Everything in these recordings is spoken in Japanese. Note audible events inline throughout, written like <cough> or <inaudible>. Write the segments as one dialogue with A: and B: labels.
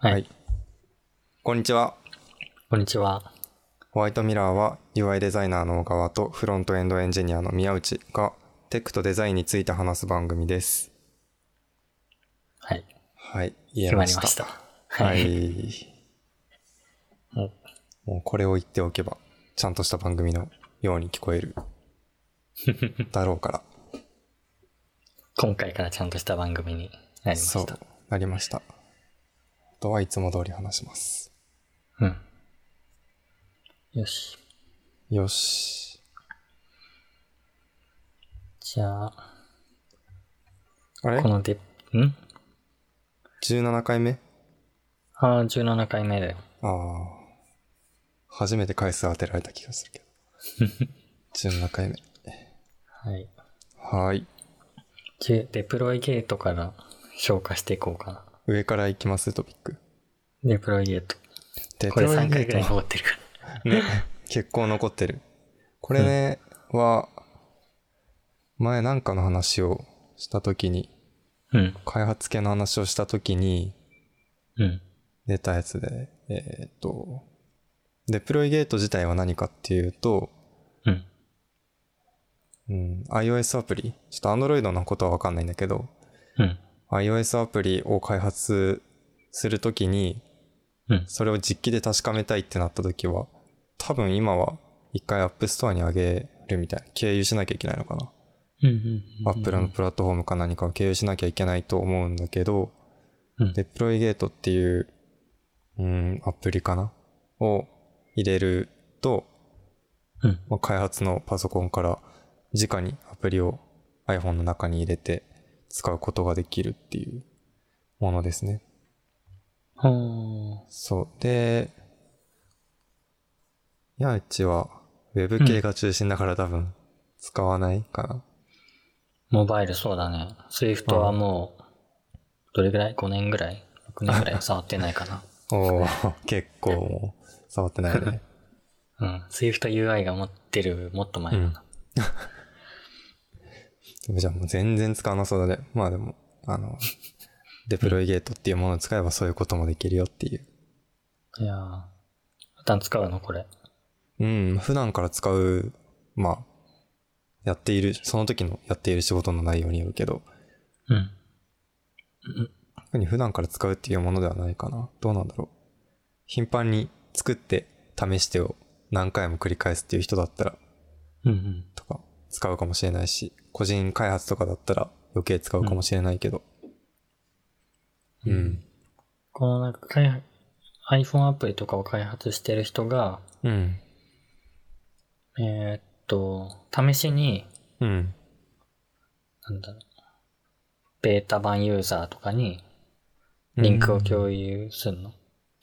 A: はい、
B: はい
A: こんにちは。
B: こんにちは。
A: ホワイトミラーは UI デザイナーの小川とフロントエンドエンジニアの宮内がテックとデザインについて話す番組です。
B: はい。
A: はい。言え
B: 決ま
A: ま
B: り
A: し
B: ま
A: た。
B: した。
A: は
B: はい。
A: い。
B: もう
A: もうこれを言っておけば、ちゃんとした番組のように聞こえる。だろ
B: <laughs>
A: うから。
B: 今回からちゃんとした番組になりま
A: そ
B: し
A: う
B: た。、
A: なりました。あとはいつも通り話します。
B: うん。よし。
A: よし。
B: じゃあ、
A: あれ
B: こので、ん
A: ?17 回目
B: ああ、17回目だよ。
A: ああ。初めて回数当てられた気がするけど。17回目。
B: はい。
A: はーい。
B: で、デプロイゲートから消化していこうかな。
A: 上からいきます、トピック。
B: デプロイゲート。
A: デ
B: これ3回ぐらい残ってるから。
A: ね、結構残ってる。これね、は、前なんかの話をしたときに、
B: うん。
A: 開発系の話をしたときに
B: うん。
A: 出たやつで、えーっと、デプロイゲート自体は何かっていうと、
B: うん。
A: うん、iOS アプリ、ちょっと Android のことはわかんないんだけど、
B: うん。
A: iOS アプリを開発するときに、
B: うん。
A: それを実機で確かめたいってなったときは、多分今は一回 App Store に上げるみたいな、経由しなきゃいけないのかな。
B: うん。うん。
A: アップルのプラットフォームか何かを経由しなきゃいけないと思うんだけど、
B: うん
A: デプロイゲートっていう、うん、アプリかなを入れると、
B: うん。
A: まあ、開発のパソコンから直にアプリを iPhone の中に入れて使うことができるっていうものですね。
B: は
A: そう。で、ヤうちは Web 系が中心だから多分使わないかな。
B: あ。モバイルそうだね。スイフトはもう、どれぐらい ?5 年ぐらい ?6 年ぐ <laughs> らい触ってないかな。
A: おー <laughs> 結構もう触ってないね。 <laughs>
B: うん。SwiftUI が持ってるもっと前だな。
A: じゃあもう全然使わなそうだね。まあでも、あの、デプロイゲートっていうものを使えばそういうこともできるよっていう。
B: いやー。普段使うのこれ。
A: うん、普段から使う、まあ、やっている、その時のやっている仕事の内容によるけど、
B: うん。
A: 特に普段から使うっていうものではないかな。どうなんだろう。頻繁に作って試してを何回も繰り返すっていう人だったら、
B: うん
A: とか、使うかもしれないし、個人開発とかだったら余計使うかもしれないけど。
B: うん
A: うん。
B: このなんか開発、iPhone アプリとかを開発してる人が、
A: うん。
B: えーっと、試しに、
A: うん。
B: なんだろう、ベータ版ユーザーとかにリンクを共有するの。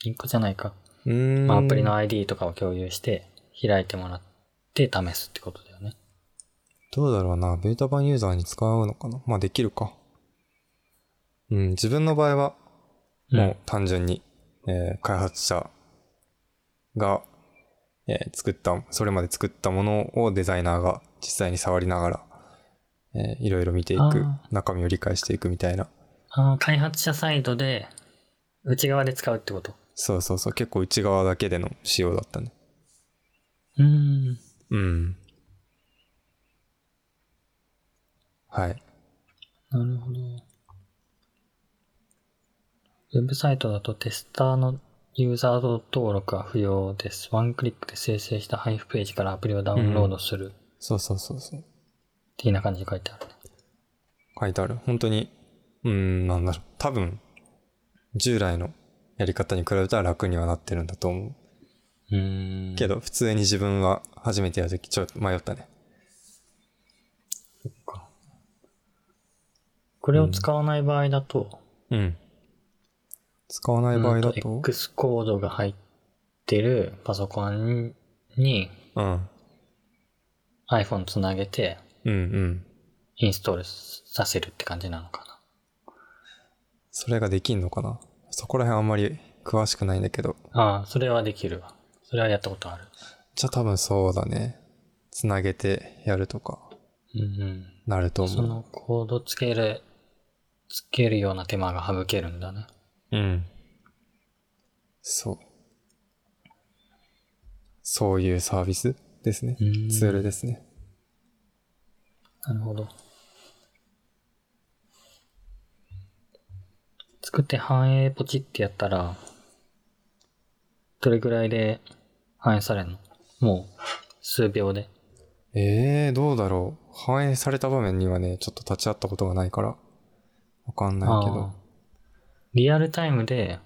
B: リンクじゃないか。
A: う
B: まあ、ア
A: ん
B: プリの ID とかを共有して、開いてもらって試すってことだよね。
A: どうだろうな、ベータ版ユーザーに使うのかなまあできるか。うん、自分の場合は、もう単純に、えー開発者が、えー作った、それまで作ったものをデザイナーが実際に触りながら、えーいろいろ見てい
B: あ
A: く
B: ー、
A: 中身を理解していくみたいな。
B: あー開発者サイドで、内側で使うってこと。
A: そうそうそう、結構内側だけでの仕様だったね。
B: うーん。
A: うん。はい。
B: なるほど。ウェブサイトだとテスターのユーザー登録は不要です。ワンクリックで生成した配布ページからアプリをダウンロードする。
A: そうそうそうそう。
B: 的な感じで書いてあるね。
A: 書いてある。本当に、うーん、なんだろう。多分、従来のやり方に比べたら楽にはなってるんだと思
B: うーん
A: う。けど、普通に自分は初めてやるとき、ちょっと迷ったね。
B: これを使わない場合だと、
A: うん。使わない場合だ
B: うん
A: と、
B: X コードが入ってるパソコンに
A: うん。
B: iPhone つなげて
A: うんうん。
B: インストールさせるって感じなのかな。
A: それができんのかなそこら辺あんまり詳しくないんだけど。
B: ああ、それはできるわ。それはやったことある。
A: じゃあ多分そうだね。つなげてやるとか、
B: うんうん。
A: なると
B: そ
A: 思う。
B: のコードつける、つけるような手間が省けるんだね。
A: うん。そう。そういうサービスですね。
B: うん
A: ツールですね。
B: なるほど。作って反映ポチってやったら、どれぐらいで反映されるのもう数秒で。
A: ええー、どうだろう。反映された場面にはね、ちょっと立ち会ったことがないから、わかんないけ
B: あー
A: ど。
B: リアルタイムで、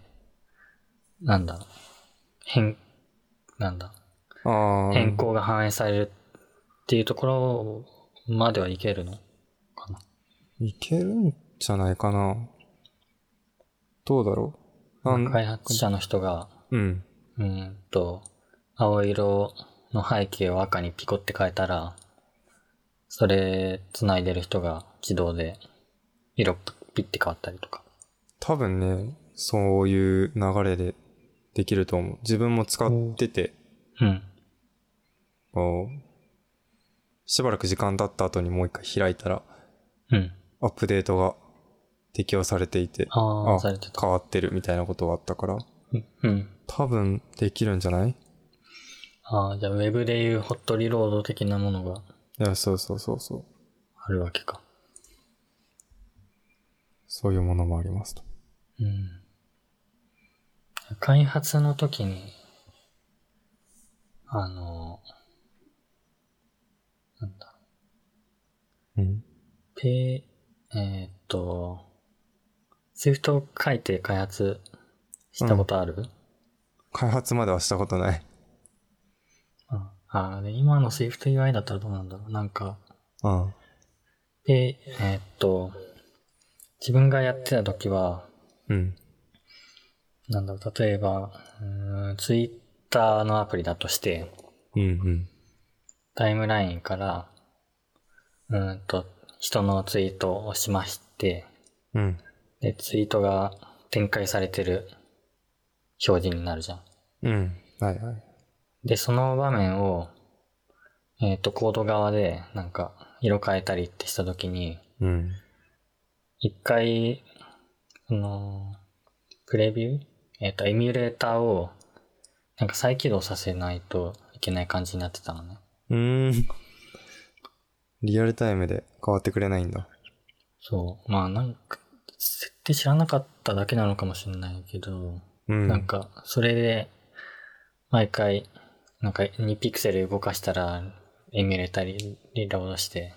B: なんだ、変、なんだ、
A: ああー
B: 変更が反映されるっていうところまではいけるのかな。
A: いけるんじゃないかな。どうだろう。なん
B: 開発者の人が、
A: うん。
B: うーんと、青色の背景を赤にピコって変えたら、それ繋いでる人が自動で色ピッて変わったりとか。
A: 多分ね、そういう流れでできると思う。自分も使ってて、
B: うん。
A: こう、しばらく時間経った後にもう一回開いたら、
B: うん。
A: アップデートが適用されていて、
B: ああ、されてた。
A: 変わってるみたいなことがあったから、
B: うんうん。
A: 多分できるんじゃないい
B: ああ、じゃあウェブでいうホットリロード的なものが
A: や、そうそうそうそう。
B: あるわけか。
A: そういうものもありますと。
B: うん。開発の時に、あの、なんだ、
A: うん。
B: ペー、えーっと、スイフトを書いて開発したことある、
A: 開発まではしたことない。
B: ああで今のスイフト UI だったらどうなんだろうなんか、
A: うん。
B: ペー、えーっと、自分がやってた時は、
A: うん。
B: なんだろう、例えば、ツイッターのアプリだとして、
A: うんうん。
B: タイムラインから、うーんと、人のツイートをしまして、
A: うん。
B: で、ツイートが展開されてる表示になるじゃん。
A: うん。はいはい。
B: で、その場面を、えっ、と、コード側で、なんか、色変えたりってしたときに、
A: うん。
B: 一回、その、プレビューえっ、と、エミュレーターを、なんか再起動させないといけない感じになってたのね。
A: うーん。リアルタイムで変わってくれないんだ。
B: そう。まあ、なんか、設定知らなかっただけなのかもしれないけど、
A: うん。
B: なんか、それで、毎回、なんか2ピクセル動かしたら、エミュレーターリリロード
A: <laughs>
B: して、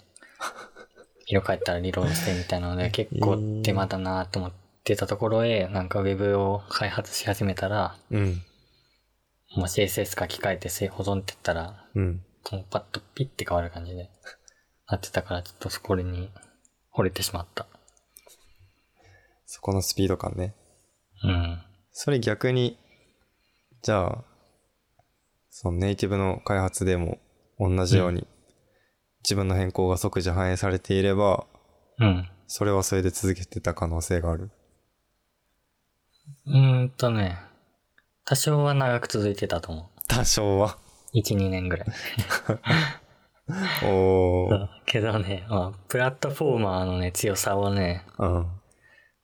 B: 色変えたらリロードしてみたいなので、結構手間だなと思ってたところへ、なんか Web を開発し始めたら、
A: うん。
B: もう CSS 書き換えてせ保存って言ったら、
A: うん。
B: もうパッとピッて変わる感じで、なってたから、ちょっとそこに惚れてしまった。
A: そこのスピード感ね。
B: うん。
A: それ逆に、じゃあ、そのネイティブの開発でも同じように、自分の変更が即時反映されていれば、
B: うん。
A: それはそれで続けてた可能性がある。
B: うーんとね、多少は長く続いてたと思
A: 多少 <laughs> は。
B: う。1、2年ぐらい。
A: お
B: そ
A: ー。
B: うけどね、まあ、プラットフォーマーのね、強さをね、
A: うん。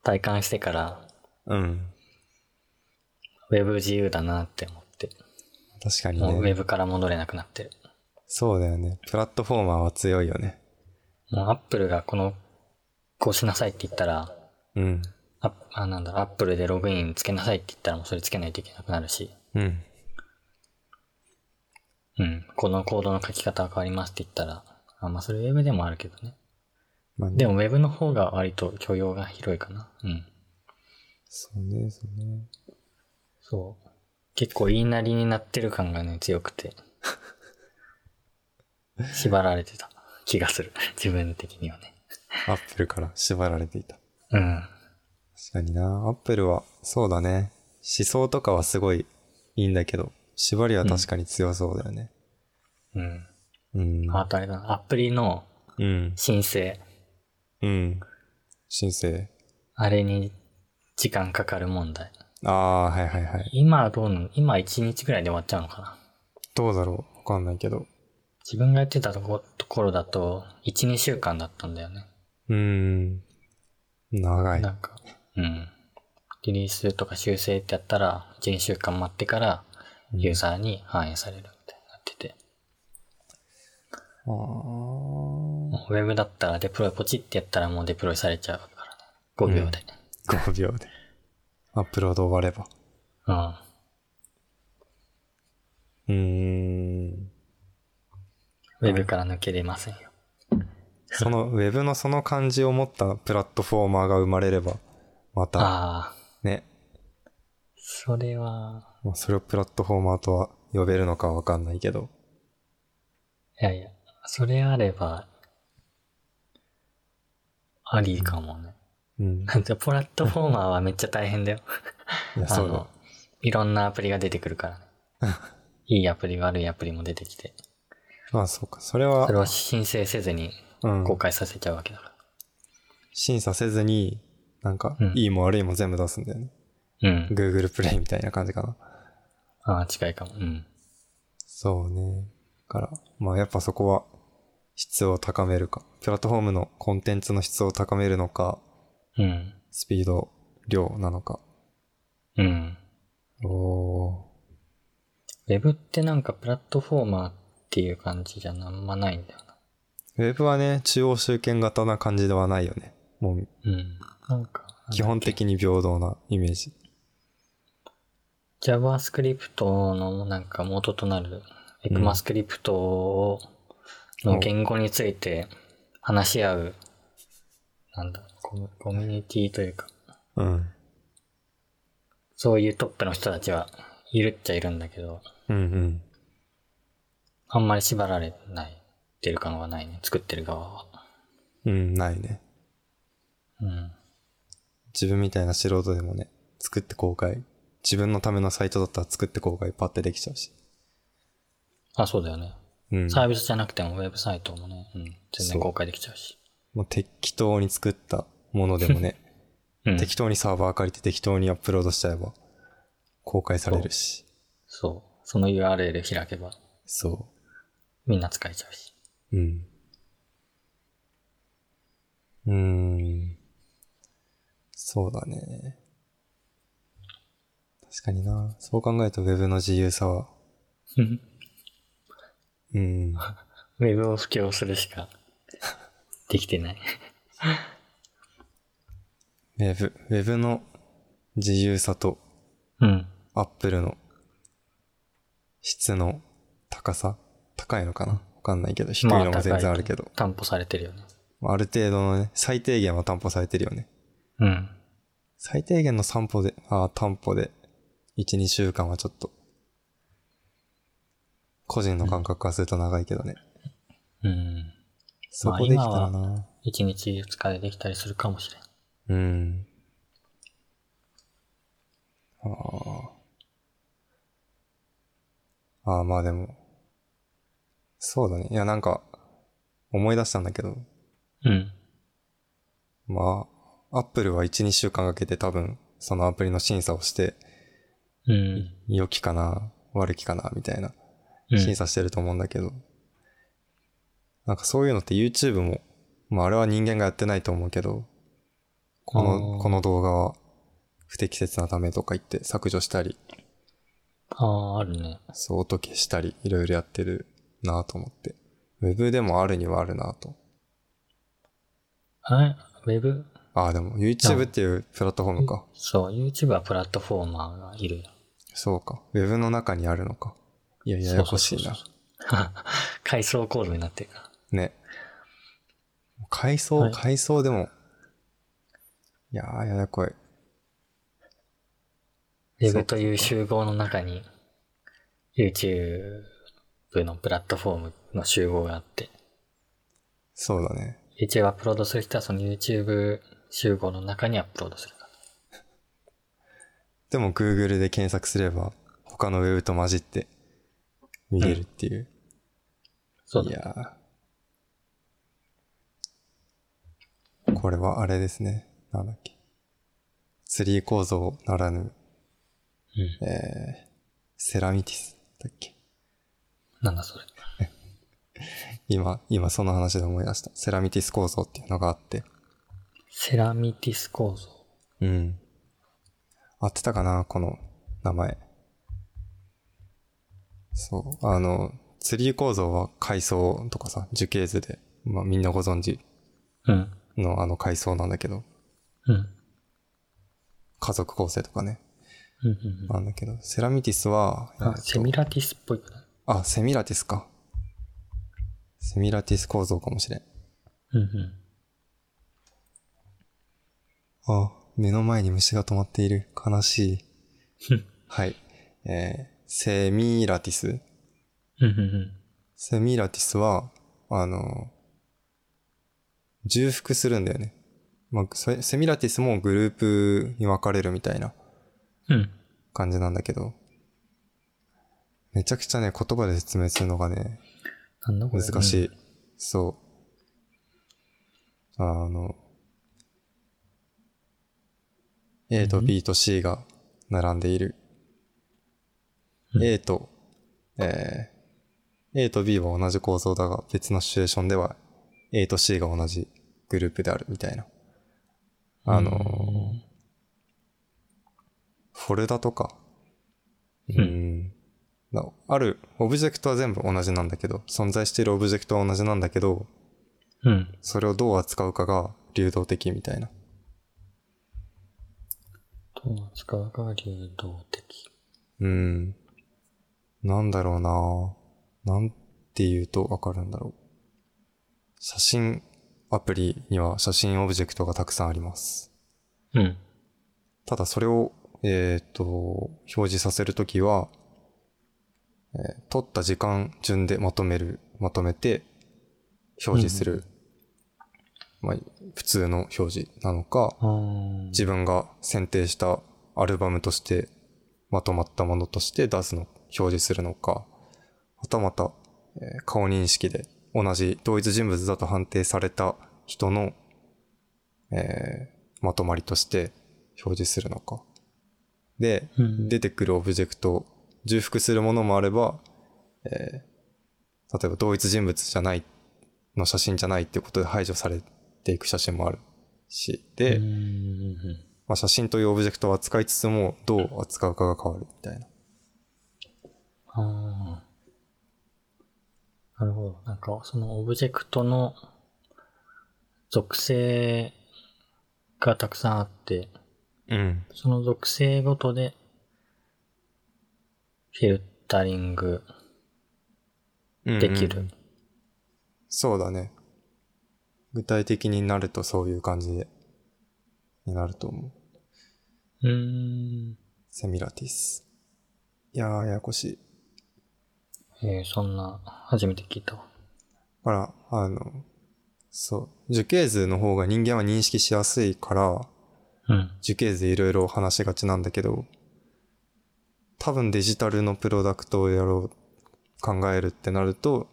B: 体感してから、
A: うん。
B: ウェブ自由だなって思って、
A: 確かに
B: もうウ
A: ね。
B: ェブから戻れなくなってる。
A: そうだよね。プラットフォーマーは強いよね。
B: もうアップルがこの、こうしなさいって言ったら、
A: うん。
B: あ、あなんだ、アップルでログインつけなさいって言ったらもうそれつけないといけなくなるし、
A: うん。
B: うん、このコードの書き方が変わりますって言ったら、あ、まあそれウェブでもあるけどね。
A: まあね
B: でもウェブの方が割と許容が広いかな。うん。
A: そうね、そうね。
B: そう。結構言いなりになってる感がね、強く
A: <laughs>
B: て。縛られてた気がする。自分的にはね。
A: アップルから縛られていた。
B: うん。
A: 確かにな。アップルは、そうだね。思想とかはすごいいいんだけど、縛りは確かに強そうだよね。
B: うん。
A: うん。
B: あとあれだな、アプリの
A: うん。
B: 申請。
A: うん。申請。
B: あれに時間かかる問題。
A: ああ、はいはいはい。
B: 今はどうなの今1日ぐらいで終わっちゃうのかな。
A: どうだろうわかんないけど。
B: 自分がやってたとこところだと、1、2週間だったんだよね。
A: うーん。長い。
B: なんか、うん。リリースとか修正ってやったら、1、2週間待ってから、
A: うん
B: ユーザーに反映されるみたいになってて。
A: あー
B: もうウェブだったらデプロイポチってやったらもうデプロイされちゃうからね。5秒で。
A: 5秒で。アップロード終われば。
B: うん。
A: うーん。
B: ウェブから抜けれませんよ。
A: そ
B: <laughs>
A: の、ウェブのその感じを持ったプラットフォーマーが生まれれば、また、
B: ああ、
A: ね、
B: それは、
A: まあ、それをプラットフォーマーとは呼べるのかはわかんないけど。
B: いやいや、それあれば、ありかもね。 <laughs>
A: うん。
B: じゃあ、プラットフォーマーはめっちゃ大変だよ。
A: いや、
B: あ
A: そうだ
B: の。、いろんなアプリが出てくるからね。
A: <laughs>
B: いいアプリ、悪いアプリも出てきて。
A: まあ、そうか。それは
B: それ、を申請せずに
A: うん。
B: 公開させちゃうわけだか
A: 審査せずに、なんか
B: う、ん
A: いいも悪いも全部出すんだよね。
B: ら。うん。
A: Google プレイみたいな感じかな。
B: ああ、近いかも。うん。
A: そうね。だから、まあやっぱそこは質を高めるか。プラットフォームのコンテンツの質を高めるのか、
B: うん。
A: スピード、量なのか。
B: うん。
A: お
B: ウェブってなんかプラットフォーマーっていう感じじゃあんまないんだよな。
A: ー。ウェブはね、中央集権型な感じではないよね。もう
B: うん。なんか、
A: 基本的に平等なイメージ。
B: JavaScript のなんか元となる
A: うん
B: ECMAScript を、の言語について話し合う、なんだ、コミコミュニティというか、
A: うん。
B: そういうトップの人たちはいるっちゃいるんだけど、
A: うんうん。
B: あんまり縛られてないっていう感はないね、作ってる側は。
A: うん、ないね。
B: うん。
A: 自分みたいな素人でもね、作って公開。自分のためのサイトだったら作って公開パッてできちゃうし。
B: あ、そうだよね。
A: うん。
B: サービスじゃなくてもウェブサイトもね、うん、全
A: そう
B: 然公開できちゃうし。
A: もう適当に作ったものでもね、
B: うん。
A: 適当にサーバー借りて適当にアップロードしちゃえば公開されるし。
B: そう。その URL 開けば
A: そ
B: みんな使えちゃう <laughs> し。
A: う。うん。うーん。そうだね。確かにな。そう考えると Web の自由さは、 <laughs> うん。
B: ウェブを布教するしかできてない。
A: Web、Web の自由さと
B: うん。
A: Apple の質の高さ高いのかなわかんないけど、低いのも全然あるけど。
B: 担保されてるよね。
A: ある程度のね、最低限は担保されてるよね。
B: うん。
A: 最低限の散歩で、ああ、担保で、1、2週間はちょっと、個人の感覚からすると長いけどね。
B: うん。
A: そこできたらな。
B: 一日二日でできたりするかもしれん。
A: うん。ああ。ああ、まあでも。そうだね。いや、なんか、思い出したんだけど、
B: うん。
A: まあ、アップルは1、2週間かけて多分、そのアプリの審査をして、
B: うん。
A: 良きかな、悪きかな、みたいな、
B: うん
A: 審査してると思うんだけど、なんかそういうのって YouTube も、まああれは人間がやってないと思うけど、こ
B: あ
A: の、
B: ー
A: この動画は不適切なためとか言って削除したり、
B: ああ、あるね。
A: そう音消したり、いろいろやってるなと思って。ウェブでもあるにはあるなと。
B: あれウェブ
A: ああ、でも YouTube っていうプラットフォームか。
B: そう、YouTube はプラットフォーマーがいるよ。
A: そうか。ウェブの中にあるのか。いや、ややこしいな
B: そう。そう <laughs> そうそう。階層コードになってるから。
A: ね。階層、
B: はい
A: 階層でも、いやー、ややこい。
B: ウェブという集合の中に、YouTube のプラットフォームの集合があって、
A: そうだね。
B: YouTube アップロードする人はその YouTube 集合の中にアップロードするか
A: でも Google で検索すれば、他のウェブと混じって見れるっていう。
B: そう
A: い
B: だ。
A: やー。これはあれですね。なんだっけ。ツリー構造ならぬ、
B: うん。
A: えー、セラミティスだっけ。
B: なんだそれ。
A: 今、今その話で思い出した。セラミティス構造っていうのがあって。
B: セラミティス構造。
A: うん。合ってたかなこの名前。そう。あの、ツリー構造は階層とかさ、樹形図で、まあみんなご存知
B: うん。
A: のあの階層なんだけど、
B: うん。
A: 家族構成とかね、
B: うんうん
A: なんだけど、セラミティスは、
B: うん。
A: えっ
B: あ、
A: と
B: セミラティスっぽいかな。
A: あ、セミラティスか。セミラティス構造かもしれん。
B: うんうん。
A: あ、目の前に虫が止まっている。悲しい
B: <laughs> ふん。
A: はい。えーセミラティス。
B: うんうん
A: セミラティスは、あの、重複するんだよね。まあ、セセミラティスもグループに分かれるみたいな
B: うん。うん。
A: 感じなんだけど、めちゃくちゃね、言葉で説明するのがね、
B: なんだこれ。
A: 難し
B: い。
A: い。そう。あの、A と B と C が並んでいる。
B: うん
A: A と、えー A と B は同じ構造だが、別のシチュエーションでは A と C が同じグループであるみたいな。あの
B: う
A: フォルダとか、
B: うん
A: うんなある、オブジェクトは全部同じなんだけど、存在しているオブジェクトは同じなんだけど、
B: うん。
A: それをどう扱うかが流動的みたいな。
B: どう扱うかが流動的。
A: うん。なんだろうななんて言うとわかるんだろう。写真アプリには写真オブジェクトがたくさんあります。
B: うん。
A: ただそれを、えっ、と、表示させるときは、えー取った時間順でまとめる、まとめて表示する。まあ、普通の表示なのか、
B: あー
A: 自分が選定したアルバムとしてまとまったものとして出すの、表示するのか、はたまた、えー顔認識で同じ同一人物だと判定された人の、えーまとまりとして表示するのか。で、
B: うん
A: 出てくるオブジェクト、重複するものもあれば、えー例えば同一人物じゃない、の写真じゃないっていうことで排除されていく写真もあるし、で、
B: うんうんうん
A: まあ、写真というオブジェクトを扱いつつも、どう扱うかが変わるみたいな。
B: ああ。なるほど。なんか、そのオブジェクトの属性がたくさんあって、
A: うん。
B: その属性ごとで、フィルタリングできる。
A: そうだね。具体的になるとそういう感じで、になると思う。
B: うーん。
A: セミラティス。いやー、ややこしい。
B: えー、そんな、初めて聞いたわ。
A: ほら、あの、そう。樹形図の方が人間は認識しやすいから、
B: うん。
A: 樹形図いろいろ話しがちなんだけど、多分デジタルのプロダクトをやろう、考えるってなると、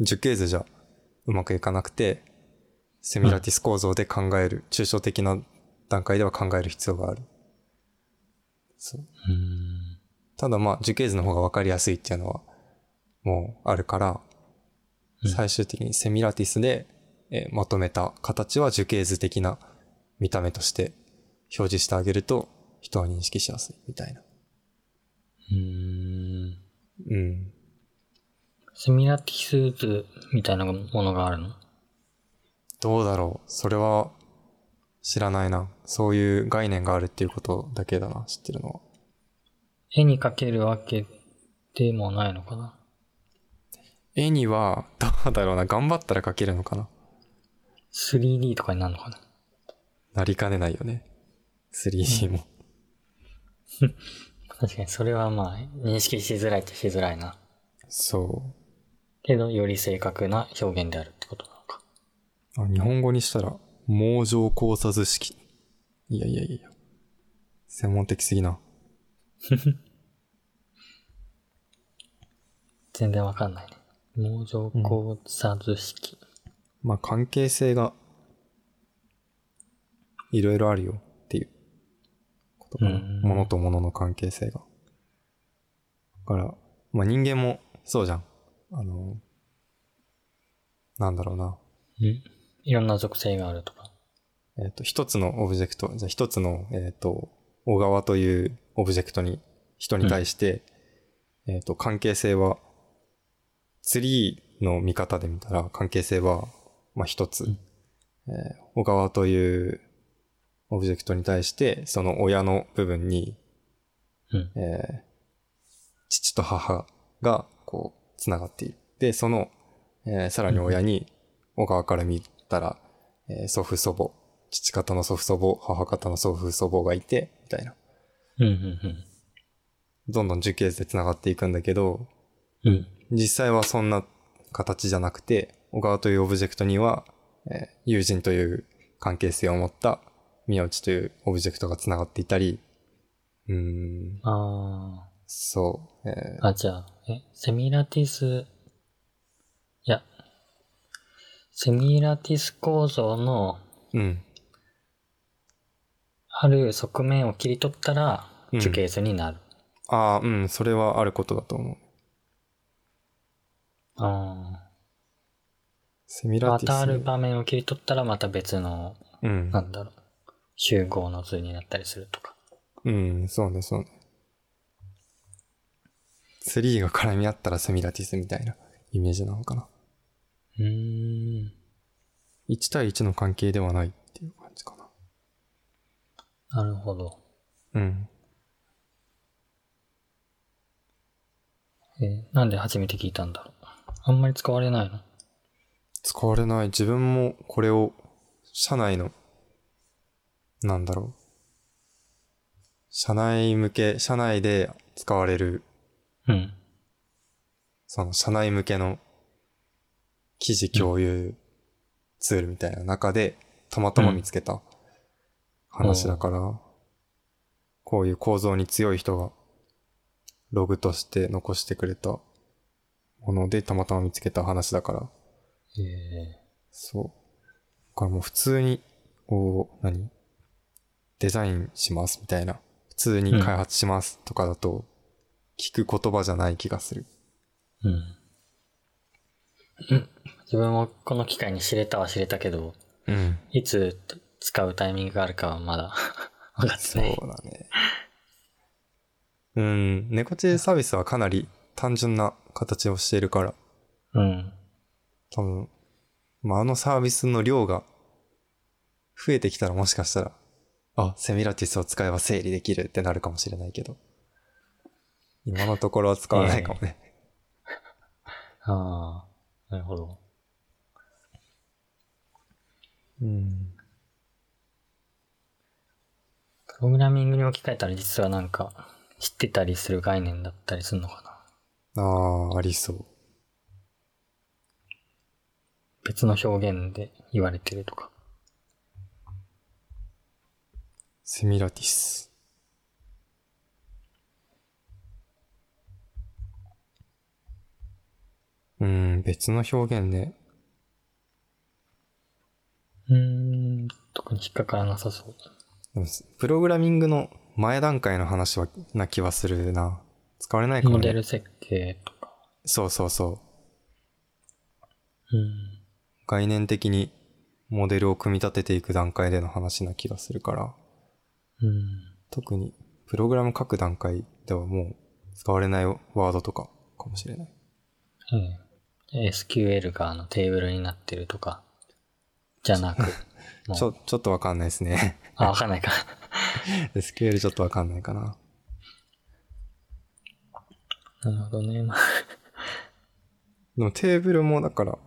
A: 樹形図じゃうまくいかなくて、セミラティス構造で考える、抽象的な段階では考える必要がある。そう
B: うーん。
A: ただまあ、樹形図の方がわかりやすいっていうのは、もうあるから、
B: うん
A: 最終的にセミラティスで、えーまとめた形は樹形図的な見た目として表示してあげると、人は認識しやすいみたいな。
B: うーん。
A: うん。
B: セミラティスーツみたいなものがあるの
A: どうだろうそれは知らないな。そういう概念があるっていうことだけだな、知ってるのは。
B: 絵に描けるわけでもないのかな
A: 絵には、どうだろうな、頑張ったら描けるのかな
B: ?3D とかになるのかな
A: なりかねないよね。3D も。
B: 確かにそれはまあ認識しづらいってしづらいな。
A: そう。
B: けどより正確な表現であるってことなのか。
A: あ日本語にしたら、網状交差図式。いやいやいやいや。専門的すぎな。
B: 全然わかんないね。網状交差図式。
A: まあ、関係性が、いろいろあるよっていうことかな。
B: うん
A: ものとものの関係性が。だから、まあ人間もそうじゃん。あの、なんだろうな。
B: うんいろんな属性があるとか。
A: えっ、と、一つのオブジェクト、じゃあ一つの、えっ、と、小川というオブジェクトに、人に対して、えっ、と、関係性は、ツリーの見方で見たら、関係性は、まあ、一つ、
B: うん
A: えー小川というオブジェクトに対して、その親の部分に、
B: うん
A: えー父と母が、こう、つながっている。で、その、えーさらに親に、小川から見たら、えー祖父祖母、父方の祖父祖母、母方の祖父祖母がいて、みたいな。
B: うんうん
A: どんどん樹形図で繋がっていくんだけど、
B: うん。うん。
A: 実際はそんな形じゃなくて、小川というオブジェクトには、えー友人という関係性を持った宮内というオブジェクトが繋がっていたり、うーん、
B: あ
A: そう、え
B: あ。あ、じゃあ、え、セミラティス、いや、セミラティス構造の
A: ーうん、
B: ある側面を切り取ったら
A: うん
B: 樹形図になる。
A: ああ、うん、それはあることだと思う。
B: あ
A: セミ
B: あ。
A: ラ
B: ま
A: ティス。
B: たある場面を切り取ったらまた別の、
A: うん
B: な、んだろう、集合の図になったりするとか。
A: うん、そうね、そうね。ツリーが絡み合ったらセミラティスみたいなイメージなのかな。
B: うーん。
A: 1対1の関係ではないっていう感じか
B: なるほど。
A: な。うん。
B: えーなんで初めて聞いたんだろう。あんまり使われないの
A: 使われない。自分もこれを、社内の、なんだろう。社内向け、社内で使われる、
B: うん。
A: その社内向けの記事共有ツールみたいな中で、たまたま見つけた話だから、こういう構造に強い人がログとして残してくれたもので、たまたま見つけた話だから、
B: え
A: そう。だからもう普通に、こう、何デザインしますみたいな。普通に開発しますとかだと、聞く言葉じゃない気がする。
B: ーうん。自分もこの機会に知れたは知れたけど、
A: うん。
B: いつ使うタイミングがあるかはまだ <laughs> 分かって
A: そ
B: ない。
A: うだね。うん。猫知恵サービスはかなり単純な形をしているから、
B: うん。
A: 多分、まあ、あのサービスの量が増えてきたらもしかしたら、あ、セミラティスを使えば整理できるってなるかもしれないけど、今のところは使わないかもね。
B: ああ、なるほど。
A: うん。
B: プログラミングに置き換えたら実はなんか知ってたりする概念だったりするのかな。
A: ああ、ありそう。
B: 別の表現で言われてるとか。
A: セミラティス。うん、別の表現ね。
B: うーん、特に引っかからなさそう。
A: でもプログラミングの前段階の話はな気はするな。使われないかも
B: モ
A: ね。
B: デル設計とか。
A: そうそうそう。
B: うん。
A: 概念的にモデルを組み立てていく段階での話な気がするから、
B: うん。
A: 特にプログラム書く段階ではもう使われないワードとかかもしれない。
B: ええ SQL があのテーブルになってるとか、じゃな
A: <laughs>
B: く。もう
A: ちょ、ちょっとわかんないですね。 <laughs>
B: あ、わかんないか。
A: SQL ちょっとわかんないかな。
B: なるほどね。まあ
A: でもテーブルもだから、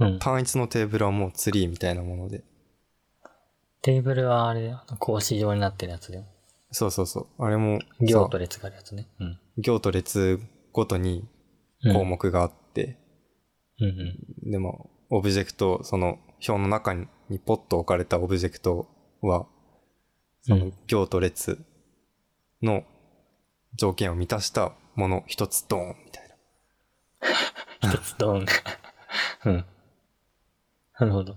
B: うん。
A: 単一のテーブルはもうツリーみたいなもので。
B: テーブルはあれだよ、あの格子状になってるやつで。
A: そうそうそう。あれも、
B: 行
A: さ
B: と列があるやつね。うん。
A: 行と列ごとに
B: うん
A: 項。目があって、
B: うんうん。
A: でも、オブジェクト、その表の中にポッと置かれたオブジェクトは、そうの
B: ん
A: 行と列の条件を満たしたもの一つドーンみたいな。
B: 一つドーン <laughs> が。うん。なるほど。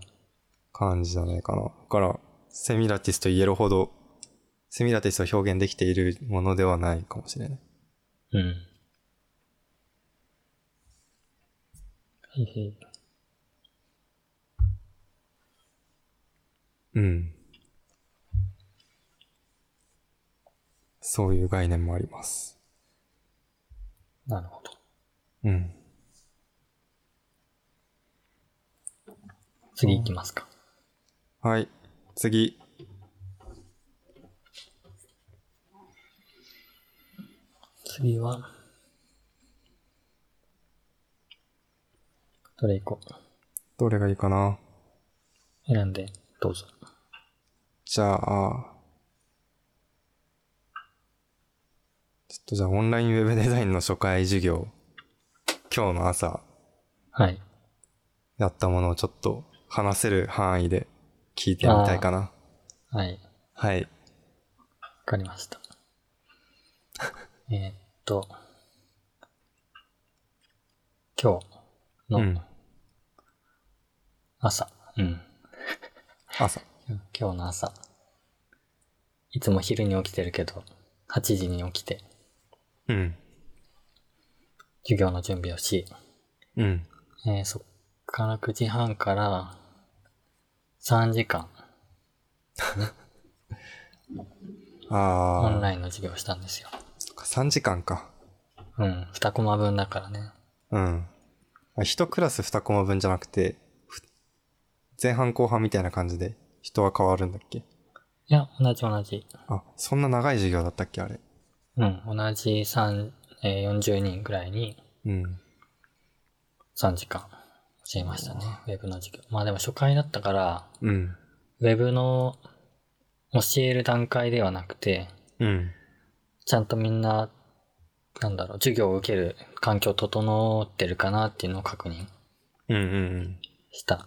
A: 感じじゃないかな。だから、セミラティスと言えるほど、セミラティスを表現できているものではないかもしれない。
B: うん。へへ。
A: うん。そういう概念もあります。
B: なるほど。
A: うん。
B: 次行きますか。
A: はい。次。
B: 次は、どれ行こう。
A: どれがいいかな
B: 選んで、どうぞ。
A: じゃあ、ちょっとじゃあオンラインウェブデザインの初回授業、今日の朝
B: はい。
A: やったものをちょっと話せる範囲で聞いてみたいかな。
B: はい。
A: はい。
B: わかりました。 <laughs> えーっと、今日
A: う
B: の
A: ん。
B: 朝、うん。
A: 朝。
B: 今日の朝。いつも昼に起きてるけど、8時に起きて、
A: うん。
B: 授業の準備をし、
A: うん。
B: えーそっから9時半から3時間オン
A: あ
B: ラインの授業をしたんですよ。
A: あ、3時間か。
B: うん、2コマ分だからね。
A: うん。あ一クラス2コマ分じゃなくて、ふ前半後半みたいな感じで人は変わるんだっけ
B: いや、同じ同じ。
A: あ、そんな長い授業だったっけあれ。
B: うん、同じ3、えー40人ぐらいに
A: うん。
B: 3時間教えましたね。ウェブの授業。まあでも初回だったから、
A: うん。
B: ウェブの教える段階ではなくて、
A: うん。
B: ちゃんとみんな、なんだろう、授業を受ける環境整ってるかなっていうのを確認
A: うんうんうん。
B: した。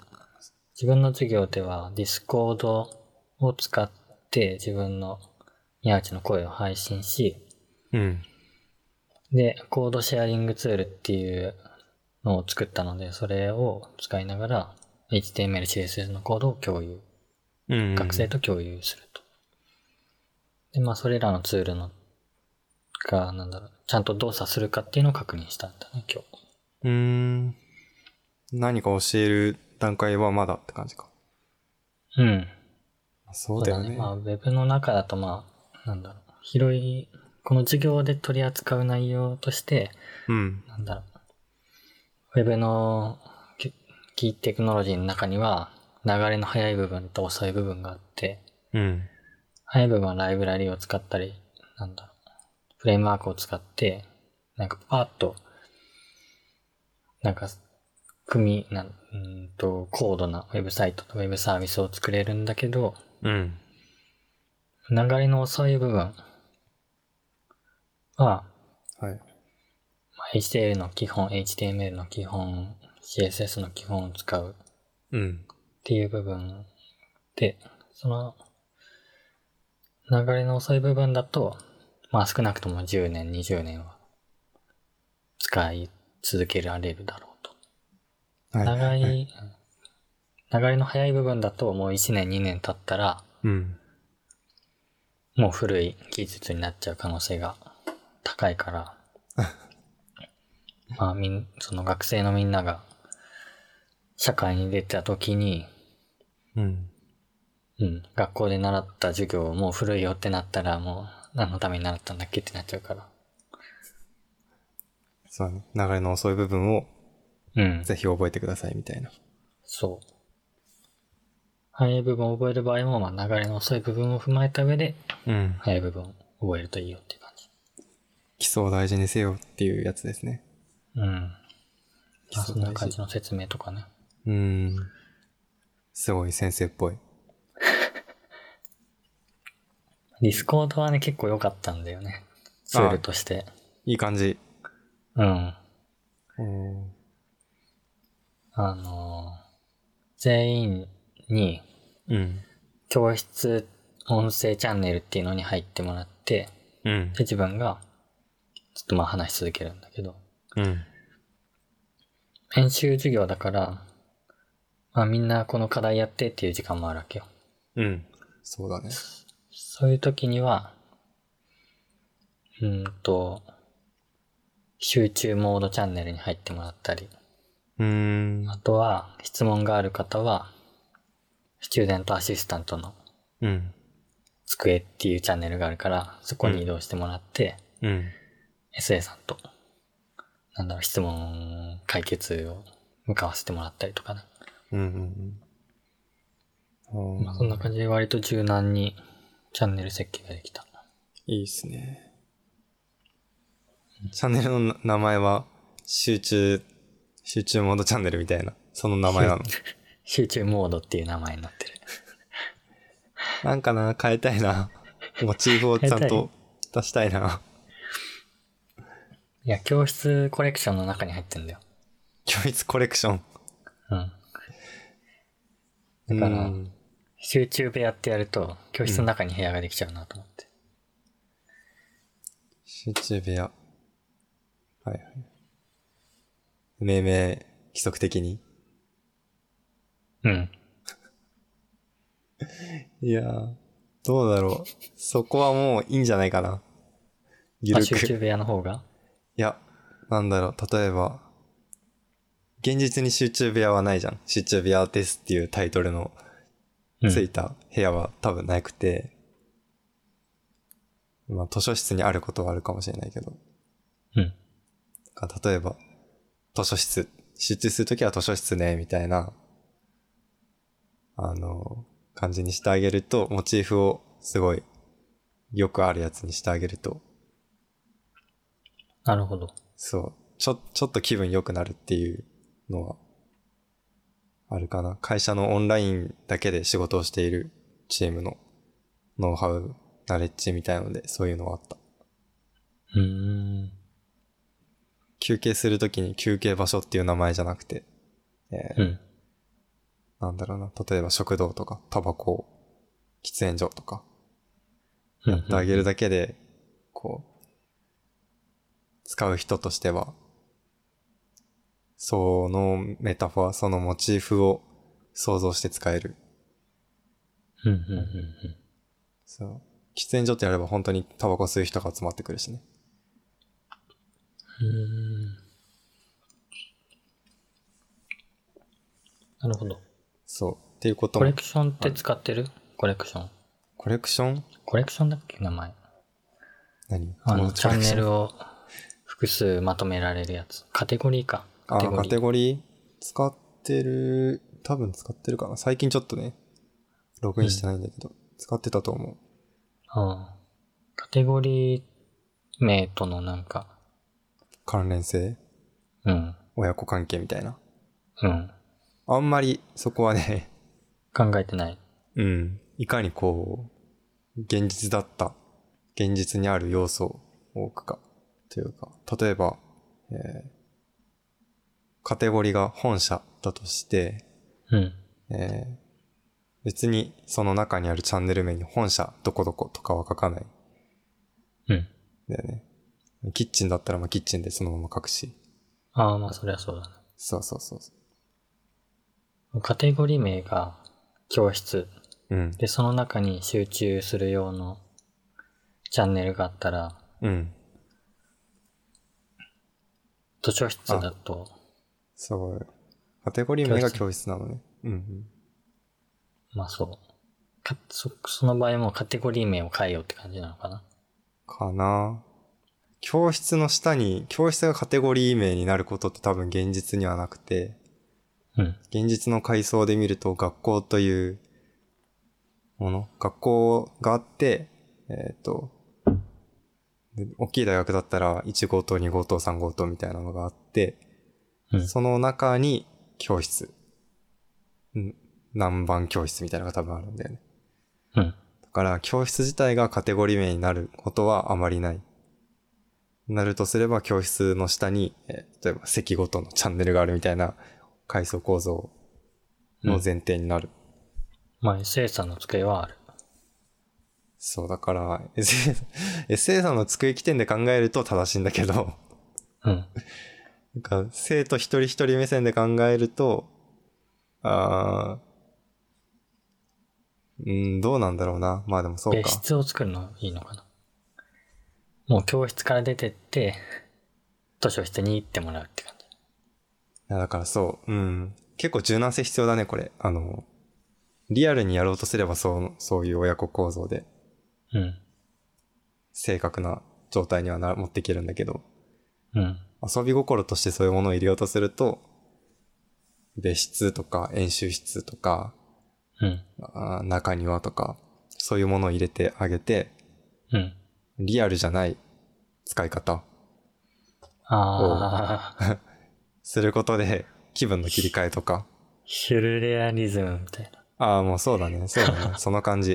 B: 自分の授業ではディスコードを使って自分の宮内の声を配信し、
A: うん。
B: で、コードシェアリングツールっていうのを作ったので、それを使いながら HTML、CSS のコードを共有、
A: うん
B: 学生と共有すると。で、まあそれらのツールのが、なんだろう、ちゃんと動作するかっていうのを確認したんだね、今日。
A: うーん。何か教える段階はまだって感じか。
B: うん。
A: そうだよね。
B: まあ、ウェブの中だと、まあ、なんだろう、広い、この授業で取り扱う内容として、
A: うん。
B: なんだろう、ウェブのキキーテクノロジーの中には、流れの速い部分と遅い部分があって、
A: うん。
B: 速い部分はライブラリを使ったり、なんだろう、フレームワークを使って、なんかパーッと、なんか、組み、なんうーんと、高度なウェブサイトとウェブサービスを作れるんだけど、
A: うん。
B: 流れの遅い部分は、
A: は
B: ま
A: い。
B: あ HTML の基本、HTML の基本、CSS の基本を使うっ
A: うん。
B: ていう部分で、その流れの遅い部分だと、まあ少なくとも10年、20年は使い続けられるだろうと。
A: はい。
B: 長
A: はい。
B: い、流れの早い部分だともう1年、2年経ったら、
A: うん。
B: もう古い技術になっちゃう可能性が高いから、 <laughs> まあみん、その学生のみんなが社会に出た時に、
A: うん。
B: うん、学校で習った授業をもう古いよってなったらもう何のために習ったんだっけってなっちゃうから。
A: そうだね。流れの遅い部分を
B: うん。
A: ぜひ覚えてくださいみたいな。
B: そう。早い部分を覚える場合も、まあ流れの遅い部分を踏まえた上で、
A: うん。
B: 早い部分を覚えるといいよっていう感じ。
A: 基礎を大事にせよっていうやつですね。
B: うん。まあ
A: 基
B: そん
A: 礎
B: な
A: 大
B: 感
A: 事
B: じ。の説明とかね。
A: うん。すごい先生っぽい。
B: ディスコードはね、結構良かったんだよね。ツールとして。
A: いい感じ。
B: うん。
A: うん。
B: あのー全員に
A: うん。
B: 教室音声チャンネルっていうのに入ってもらって、
A: うん
B: で、。自分が、ちょっとまあ話し続けるんだけど、
A: うん。
B: 編集授業だから、まあみんなこの課題やってっていう時間もあるわけよ。
A: うん。そうだね。
B: そういう時には、うーんと、集中モードチャンネルに入ってもらったり、
A: うーん
B: あ。とは、質問がある方は、スチューデントアシスタントの
A: うん。
B: 机っていうチャンネルがあるから、そこに移動してもらって、
A: うん。
B: SA さんと、なんだろう、質問解決を向かわせてもらったりとかね。
A: うんうんうん。
B: まあ、そんな感じで割と柔軟にチャンネル設計ができた。
A: いいっすね。チャンネルのな名前は、集中、集中モードチャンネルみたいな、その名前 <laughs> なの。
B: 集中モードっていう名前になってる。
A: なんかな、変えたいな。モチーフをちゃん
B: 変え
A: と出したいな。
B: いや、教室コレクションの中に入ってんだよ。
A: 教室コレクション。
B: うん。
A: う
B: だから
A: ん
B: 集中部屋ってやると、教室の中に部屋ができちゃうなと思って。
A: 集中部屋。はいはい。命名、規則的に。
B: うん。
A: いやー、どうだろう。そこはもういいんじゃないかな。ゆ
B: あ
A: る
B: 集
A: く。
B: 中部屋の方が
A: いや、なんだろう、例えば、現実に集中部屋はないじゃん。集中部屋ですっていうタイトルの
B: うん。
A: ついた部屋は多分なくて、まあ図書室にあることはあるかもしれないけど、
B: うん。
A: か例えば、図書室、集中するときは図書室ね、みたいな、あの、感じにしてあげると、モチーフをすごい、よくあるやつにしてあげると、
B: なるほど。
A: そう。ちょ、ちょっと気分良くなるっていうのは、あるかな。会社のオンラインだけで仕事をしているチームのノウハウ、ナレッジみたいので、そういうのはあった。
B: うーん。
A: 休憩するときに休憩場所っていう名前じゃなくて、えー
B: うん。
A: なんだろうな。例えば食堂とか、タバコ、喫煙所とか、
B: うん
A: やってあげるだけで、こう、使う人としては、そのメタファー、そのモチーフを想像して使える。
B: うんうんうんうん。
A: そう。喫煙所ってやれば本当にタバコ吸う人が集まってくるしね。
B: うーんなるほど。
A: そう。っていうこと
B: コ
A: も
B: レクションって使ってる、コレクション。
A: コレクション
B: コレクションだっけ名前。
A: 何
B: あの、
A: 友達
B: チ
A: コ
B: ャ
A: レ
B: ン
A: クシ
B: ネ
A: ョン
B: ルを複数まとめられるやつ。カテゴリーか。カテ
A: あ、
B: ゴ
A: カ
B: リ
A: テ
B: ー。
A: ゴリー使ってる、多分使ってるかな。最近ちょっとね、ログインしてないんだけど、使ってたと思う。
B: うん。カテゴリー名とのなんか、
A: 関連性
B: うん、
A: 親子関係みたいな。
B: うん。
A: あんまりそこはね、 <laughs>
B: 考えてない。
A: うん。いかにこう、現実だった、現実にある要素を置くか、というか、例えば、えーカテゴリーが本社だとして、
B: うん。
A: えー別にその中にあるチャンネル名に本社どこどことかは書かないん
B: うん。
A: だよね。キッチンだったらまあキッチンでそのまま書くし。
B: ああ、まあそりゃそうだ
A: そうそうそうそ
B: ね。カテゴリー名が教室。
A: う。うん。
B: で、その中に集中する用のチャンネルがあったら、
A: うん。
B: 図書室だと、
A: そう。カテゴリー名が
B: 教
A: 教室なのね。うんうん。
B: まあそう。かそ、その場合もカテゴリー名を変えようって感じなのかな。
A: かな教室の下に、教室がカテゴリー名になることって多分現実にはなくて、
B: うん。
A: 現実の階層で見ると学校というもの、学校があって、えっ、と、で大きい大学だったら1号棟、2号棟、3号棟みたいなのがあって、
B: うん。
A: その中に教室、ん何番教室みたいなのが多分あるんだよね。
B: うん。
A: だから教室自体がカテゴリー名になることはあまりない。なるとすれば教室の下に、えー例えば席ごとのチャンネルがあるみたいな階層構造の前提になる。
B: まあ SA さんの机はある。
A: そう、だから、SA、SA さんの机起点で考えると正しいんだけど、 <laughs>
B: うん。
A: なんか生徒一人一人目線で考えると、あーうん、どうなんだろうな。まあでもそう
B: 別
A: か。
B: 室を作るのいいのかな。もう教室から出てって、図書室に行ってもらうって感じ。
A: いや、だからそう、うん。結構柔軟性必要だね、これ。あの、リアルにやろうとすればそう、そういう親子構造で。
B: うん。
A: 正確な状態にはな持っていけるんだけど、
B: うん。
A: 遊び心としてそういうものを入れようとすると、別室とか演習室とか、
B: うん。
A: あー中庭とか、そういうものを入れてあげて、
B: うん。
A: リアルじゃない使い方
B: あ <laughs> あ、
A: することで気分の切り替えとか、
B: ヒュルレアリズムみたいな。
A: ああ、もうそうだ
B: <laughs>
A: ね、そうだね、その感じ。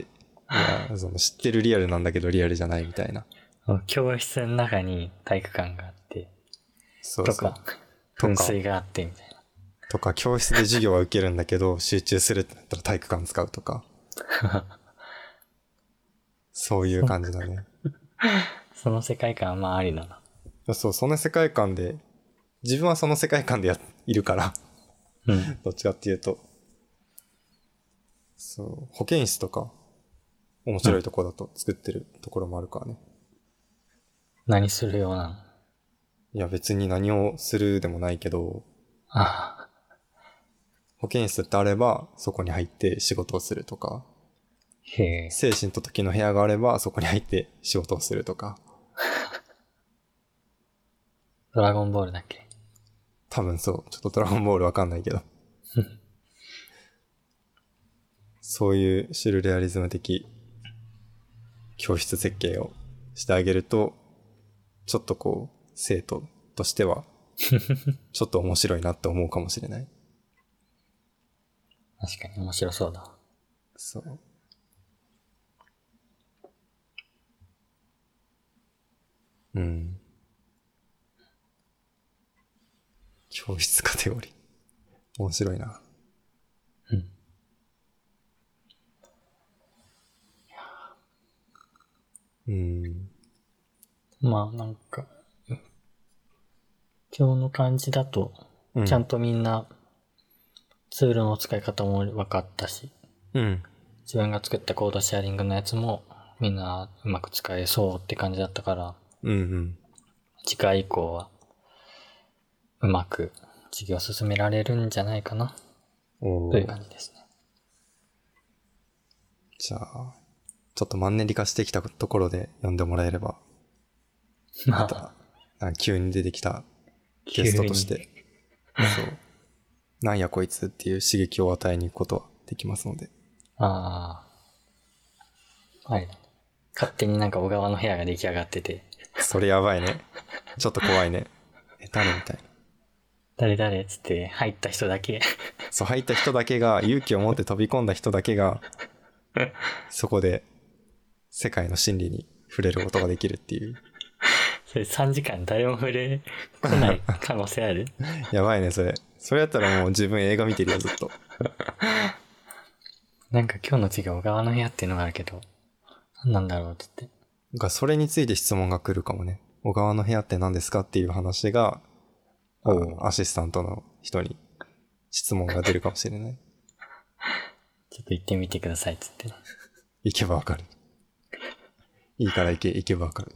A: いやその知ってるリアルなんだけどリアルじゃないみたいな。
B: もう教室の中に体育館があって、
A: そう
B: と
A: そう
B: か。、噴水があってみたい
A: とか、教室で授業は受けるんだけど、集中するってなったら体育館使うとか。
B: な。 <laughs>
A: そういう感じだね。
B: その世界観はまあありだな。
A: そう、その世界観で、自分はその世界観でやいるから、 <laughs>
B: うん。
A: どっちかっていうと。そう、保健室とか、面白いとこだと作ってるところもあるからね。
B: 何するようなの
A: いや、別に何をするでもないけど、
B: あ
A: 保健室ってあれば、そこに入って仕事をするとか、
B: ーへえ。
A: 精神と時の部屋があれば、そこに入って仕事をするとか、
B: ドラゴンボールだっけ
A: 多分そう、ちょっとドラゴンボールわかんないけど。そういうシュルレアリズム的教室設計をしてあげると、ちょっとこう、生徒としては、ちょっと面白いなって思うかもしれない。
B: 確かに面白そうだ。
A: そう。うん。教室カテゴリー。面白いな。
B: うん。
A: うん。
B: まあなんか、今日の感じだと、
A: う
B: ちゃんとみんなツールの使い方も分かったし、
A: うん。
B: 自分が作ったコードシェアリングのやつもみんなうまく使えそうって感じだったから、
A: うんうん。
B: 次回以降はうまく授業進められるんじゃないかな
A: お
B: という
A: ー
B: 感じですね。
A: じゃあ、ちょっとマンネリ化してきたところで読んでもらえれば、
B: ま
A: ま
B: あ、 <laughs>
A: た、なんか急に出てきたゲストとして、そう。なんやこいつっていう刺激を与えに行くことはできますので。
B: ああ。はい。勝手になんか小川の部屋が出来上がってて、
A: それやばいね。ちょっと怖いね。え、誰みたいな。
B: 誰誰っつって入った人だけ、 <laughs>
A: そう、入った人だけが、勇気を持って飛び込んだ人だけが、そこで、世界の真理に触れることができるっていう。
B: それ3時間誰も触れ、来ない可能性あ
A: <laughs>
B: る
A: やばいね、それ。それやったらもう自分映画見てるよ、ずっと。
B: なんか今日の授業小川の部屋っていうのがあるけど、何なんだろうっつって。
A: が、それについて質問が来るかもね。小川の部屋って何ですかっていう話が、あのアシスタントの人に質問が出るかもしれない。 <laughs>
B: ちょっと行ってみてくださいっつってね。
A: 行けばわかる。いいから行け、行けばわかる。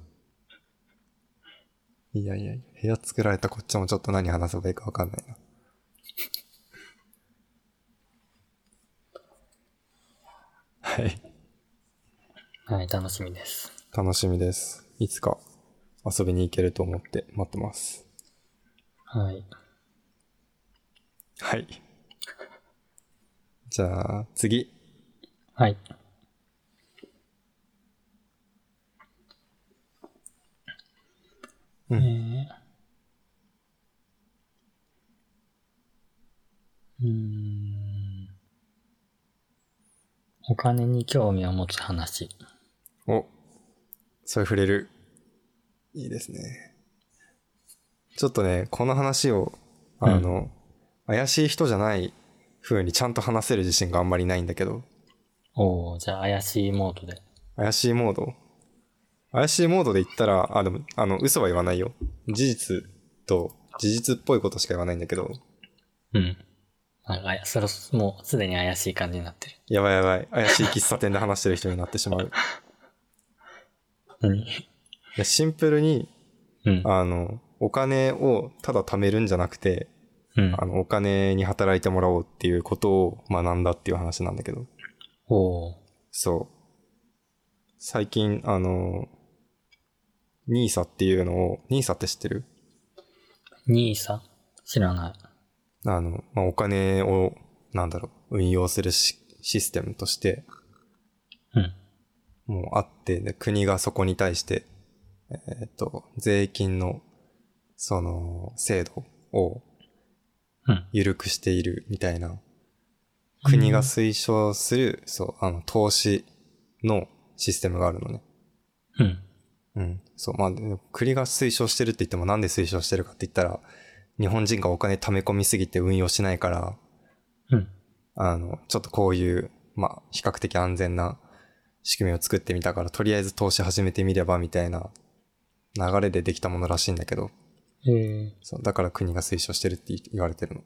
A: いやいやいや、部屋作られたこっちもちょっと何話せばいいかわかんないな。はい。
B: はい、楽しみです。
A: 楽しみです。いつか遊びに行けると思って待ってます。
B: はい。
A: はい。じゃあ、次。
B: はい。
A: うん
B: えーうーん。お金に興味を持つ話。
A: お、それ触れる。いいですね。ちょっとね、この話を、あの、怪しい人じゃない風にちゃんと話せる自信があんまりないんだけど、
B: おおじゃあ怪しいモードで。
A: 怪しいモード怪しいモードで言ったら、あ、でも、あの、嘘は言わないよ。事実と事実っぽいことしか言わないんだけど、
B: うん。ああや、そろそろ、もうすでに怪しい感じになってる。
A: やばいやばい。怪しい喫茶店で話してる人になってしまう。い
B: 何
A: やシンプルに、
B: うん。
A: あの、お金をただ貯めるんじゃなくて、
B: うん
A: あ。の、お金に働いてもらおうっていうことを学んだっていう話なんだけど。
B: おお
A: そう。最近、あの、NISA っていうのを、NISA って知ってる
B: ニーサ知らない。
A: あの、まあ、お金を、なんだろう、運用するシシステムとして、
B: うん。
A: もうあって、で国がそこに対して、えーっと、税金の、その、制度を
B: うん。
A: 緩くしているみたいな、国が推奨する、そう、あの、投資のシステムがあるのね。
B: うん。
A: うん。そう、まあ、でも国が推奨してるって言ってもなんで推奨してるかって言ったら、日本人がお金貯め込みすぎて運用しないから、
B: うん。
A: あの、ちょっとこういう、まあ、比較的安全な仕組みを作ってみたから、とりあえず投資始めてみればみたいな流れでできたものらしいんだけど、
B: ええ
A: そう、だから国が推奨してるって言われてるの。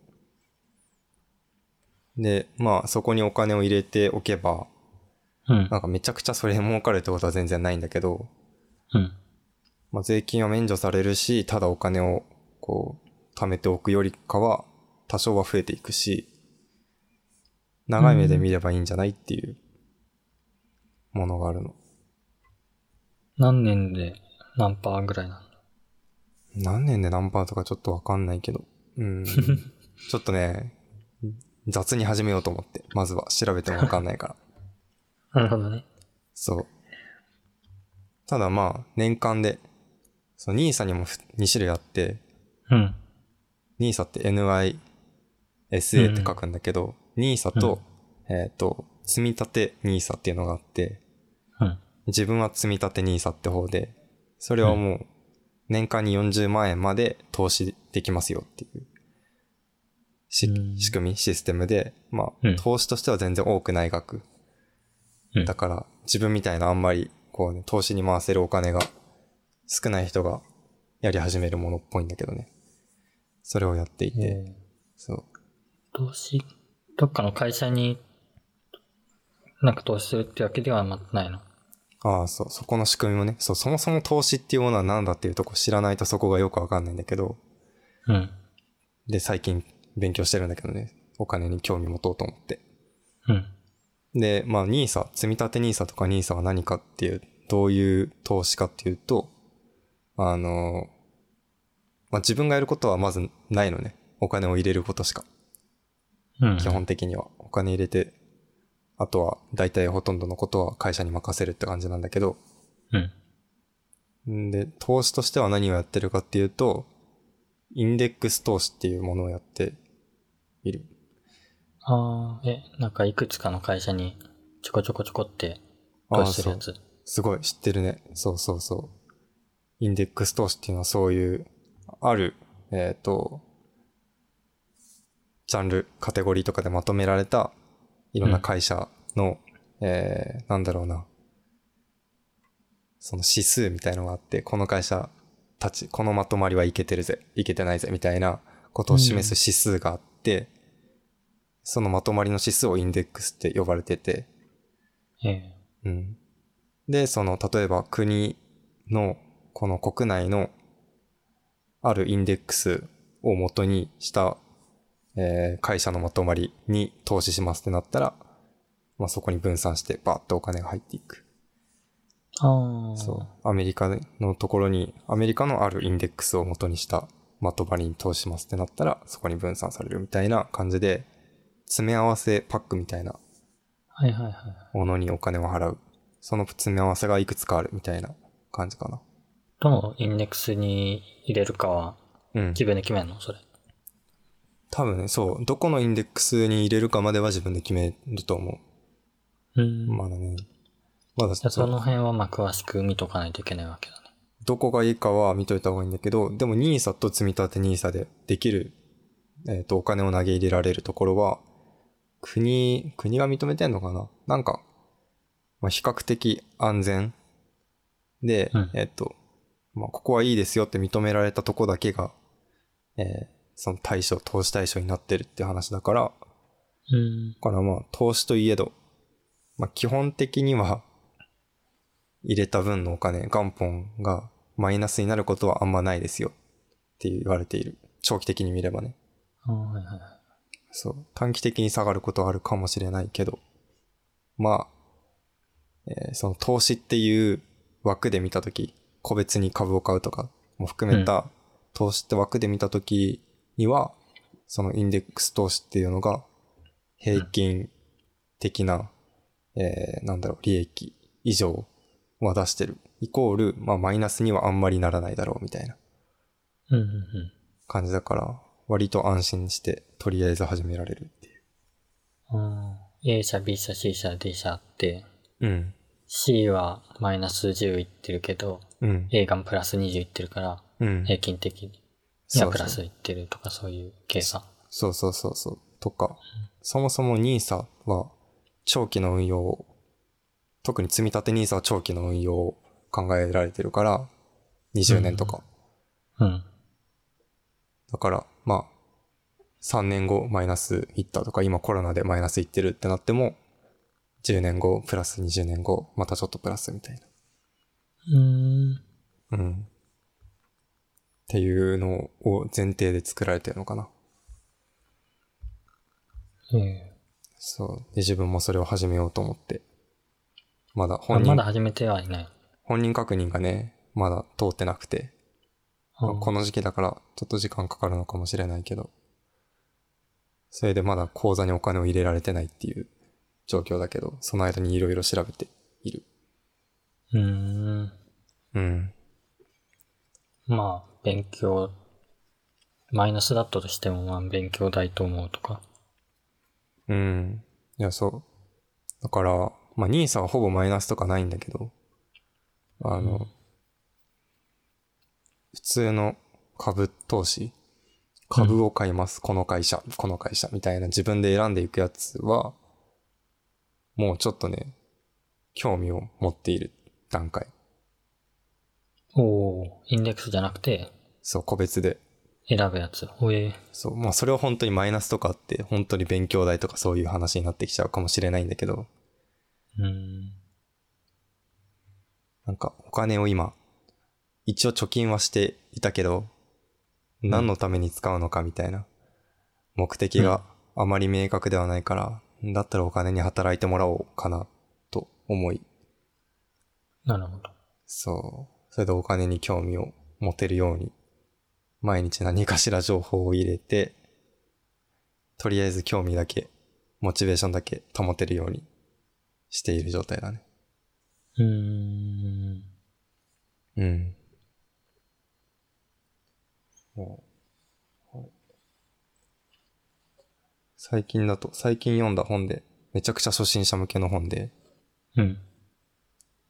A: で、まあ、そこにお金を入れておけば、
B: うん
A: な。んかめちゃくちゃそれ儲かるってことは全然ないんだけど、
B: うん。
A: まあ、税金は免除されるし、ただお金をこう、貯めておくよりかは、多少は増えていくし、長い目で見ればいいんじゃないっていうものがあるの。
B: 何年で何パーぐらいな
A: 何年で何パーとかちょっとわかんないけど。うん。ちょっとね、雑に始めようと思って。まずは調べてもわかんないか
B: のな
A: ら。
B: るほどね。
A: そう。ただまあ、年間で、そう、NISA にも2種類あって、
B: うん。
A: NISA って NISA って書くんだけど、NISA と、えっ、と、積み立て NISA っていうのがあって、
B: うん。
A: 自分は積み立て NISA って方で、それはもう、年間に40万円まで投資できますよっていう、し
B: うん
A: 仕組み、システムで、ま
B: うん
A: あ、投資としては全然多くない額。
B: うん
A: だから、自分みたいなあんまり、こうね、投資に回せるお金が少ない人がやり始めるものっぽいんだけどね。それをやっていて、
B: ええ
A: そう。
B: 投資、どっかの会社に、なんか投資するってわけではないの。
A: ああ、そう、そこの仕組みもね、そう、そもそも投資っていうものは何だっていうとこ知らないとそこがよくわかんないんだけど、
B: うん。
A: で、最近勉強してるんだけどね、お金に興味持とうと思って。
B: うん。
A: で、まあ、NISA、積み立て NISA とか NISA は何かっていう、どういう投資かっていうと、あの、まあ、自分がやることはまずないのね。お金を入れることしか、
B: うん。
A: 基本的には。お金入れて、あとは大体ほとんどのことは会社に任せるって感じなんだけど、
B: うん。
A: んで、投資としては何をやってるかっていうと、インデックス投資っていうものをやっている。
B: ああ、え、なんかいくつかの会社にちょこちょこちょこって
A: あ
B: 投
A: あ、
B: 資する
A: そ
B: や
A: う。
B: つ。
A: すごい、知ってるね。そうそうそう。インデックス投資っていうのはそういう、ある、えっ、と、ジャンル、カテゴリーとかでまとめられた、いろんな会社の、えー、なんだろうな。その指数みたいのがあって、この会社たち、このまとまりはいけてるぜ、いけてないぜ、みたいなことを示す指数があって、そのまとまりの指数をインデックスって呼ばれてて、
B: ええ
A: うん。で、その、例えば国の、この国内の、あるインデックスを元にした、えー会社のまとまりに投資しますってなったら、まあ、そこに分散してバーッとお金が入っていく。
B: ああ。
A: そう。アメリカのところに、アメリカのあるインデックスを元にしたまとまりに投資しますってなったら、そこに分散されるみたいな感じで、詰め合わせパックみたいな
B: はいはいはい。
A: ものにお金を払う。その詰め合わせがいくつかあるみたいな感じかな。
B: どのインデックスに入れるかは
A: うん。
B: 自分で決めるのそれ。
A: 多分ね、そう、どこのインデックスに入れるかまでは自分で決めると思
B: うん
A: う。まだね。まだ
B: じゃあそ
A: そう
B: の辺はまあ詳しく見とかないといけないわけだね。
A: どこがいいかは見といた方がいいんだけど、でも NISA と積み立て NISA でできる、えっ、と、お金を投げ入れられるところは、国、国が認めてんのかななんか、まあ、比較的安全で、
B: うん
A: えっ、と、まあ、ここはいいですよって認められたとこだけが、えーその対象、投資対象になってるって話だから、
B: うん。
A: だからまあ、投資といえど、まあ基本的には、入れた分のお金、元本がマイナスになることはあんまないですよって言われている。長期的に見ればね。
B: あーはいはいはい。
A: そう。短期的に下がることはあるかもしれないけど、まあ、えーその投資っていう枠で見たとき、個別に株を買うとかも含めた投資って枠で見たときには、そのインデックス投資っていうのが平均的な、えーなんだろう、利益以上は出してる。イコール、まあマイナスにはあんまりならないだろうみたいな
B: うんうんうん。
A: 感じだから、割と安心してとりあえず始められるっていう。
B: うん、A 社、B 社、C 社、D 社あって、
A: うん。
B: C はマイナス10いってるけど、
A: うん。
B: A がプラス20いってるから、
A: うん。
B: 平均的に。い
A: そう
B: や、
A: そう
B: プラスいってるとかそういう計算。
A: そうそうそうそう。とか、そもそも NISA は長期の運用を、特に積み立て NISA は長期の運用を考えられてるから、20年とか。
B: うん。
A: だから、まあ、3年後マイナスいったとか、今コロナでマイナスいってるってなっても、10年後、プラス20年後、またちょっとプラスみたい
B: うん。
A: な。うん。っていうのを前提で作られてるのかな。
B: え
A: そう。で、自分もそれを始めようと思って。まだ
B: え
A: 本人
B: まだ始めてはいない。
A: 本人確認がね、まだ通ってなくて、まあ
B: うん
A: この時期だからちょっと時間かかるのかもしれないけど、それでまだ口座にお金を入れられてないっていう状況だけど、その間にいろいろ調べている。
B: うーん。
A: うん。
B: まあ、勉強、マイナスだったとしても、まあ、勉強代と思うとか。
A: うん。いや、そう。だから、まあ、NISA はほぼマイナスとかないんだけど、あの、普通の株投資、株を買います、この会社、この会社、みたいな自分で選んでいくやつは、もうちょっとね、興味を持っている段階。
B: おおーインデックスじゃなくて、
A: そう、個別で。
B: 選ぶやつ。おえ
A: そう、まあそれは本当にマイナスとかあって、本当に勉強代とかそういう話になってきちゃうかもしれないんだけど、
B: うーん。
A: なんかお金を今、一応貯金はしていたけど、何のために使うのかみたいな目的があまり明確ではないから、だったらお金に働いてもらおうかなと思い、
B: なるほど。
A: そう、それでお金に興味を持てるように、毎日何かしら情報を入れて、とりあえず興味だけ、モチベーションだけ保てるようにしている状態だね。
B: うーん。
A: うん。もうはい最近だと、最近読んだ本で、めちゃくちゃ初心者向けの本で、
B: うん。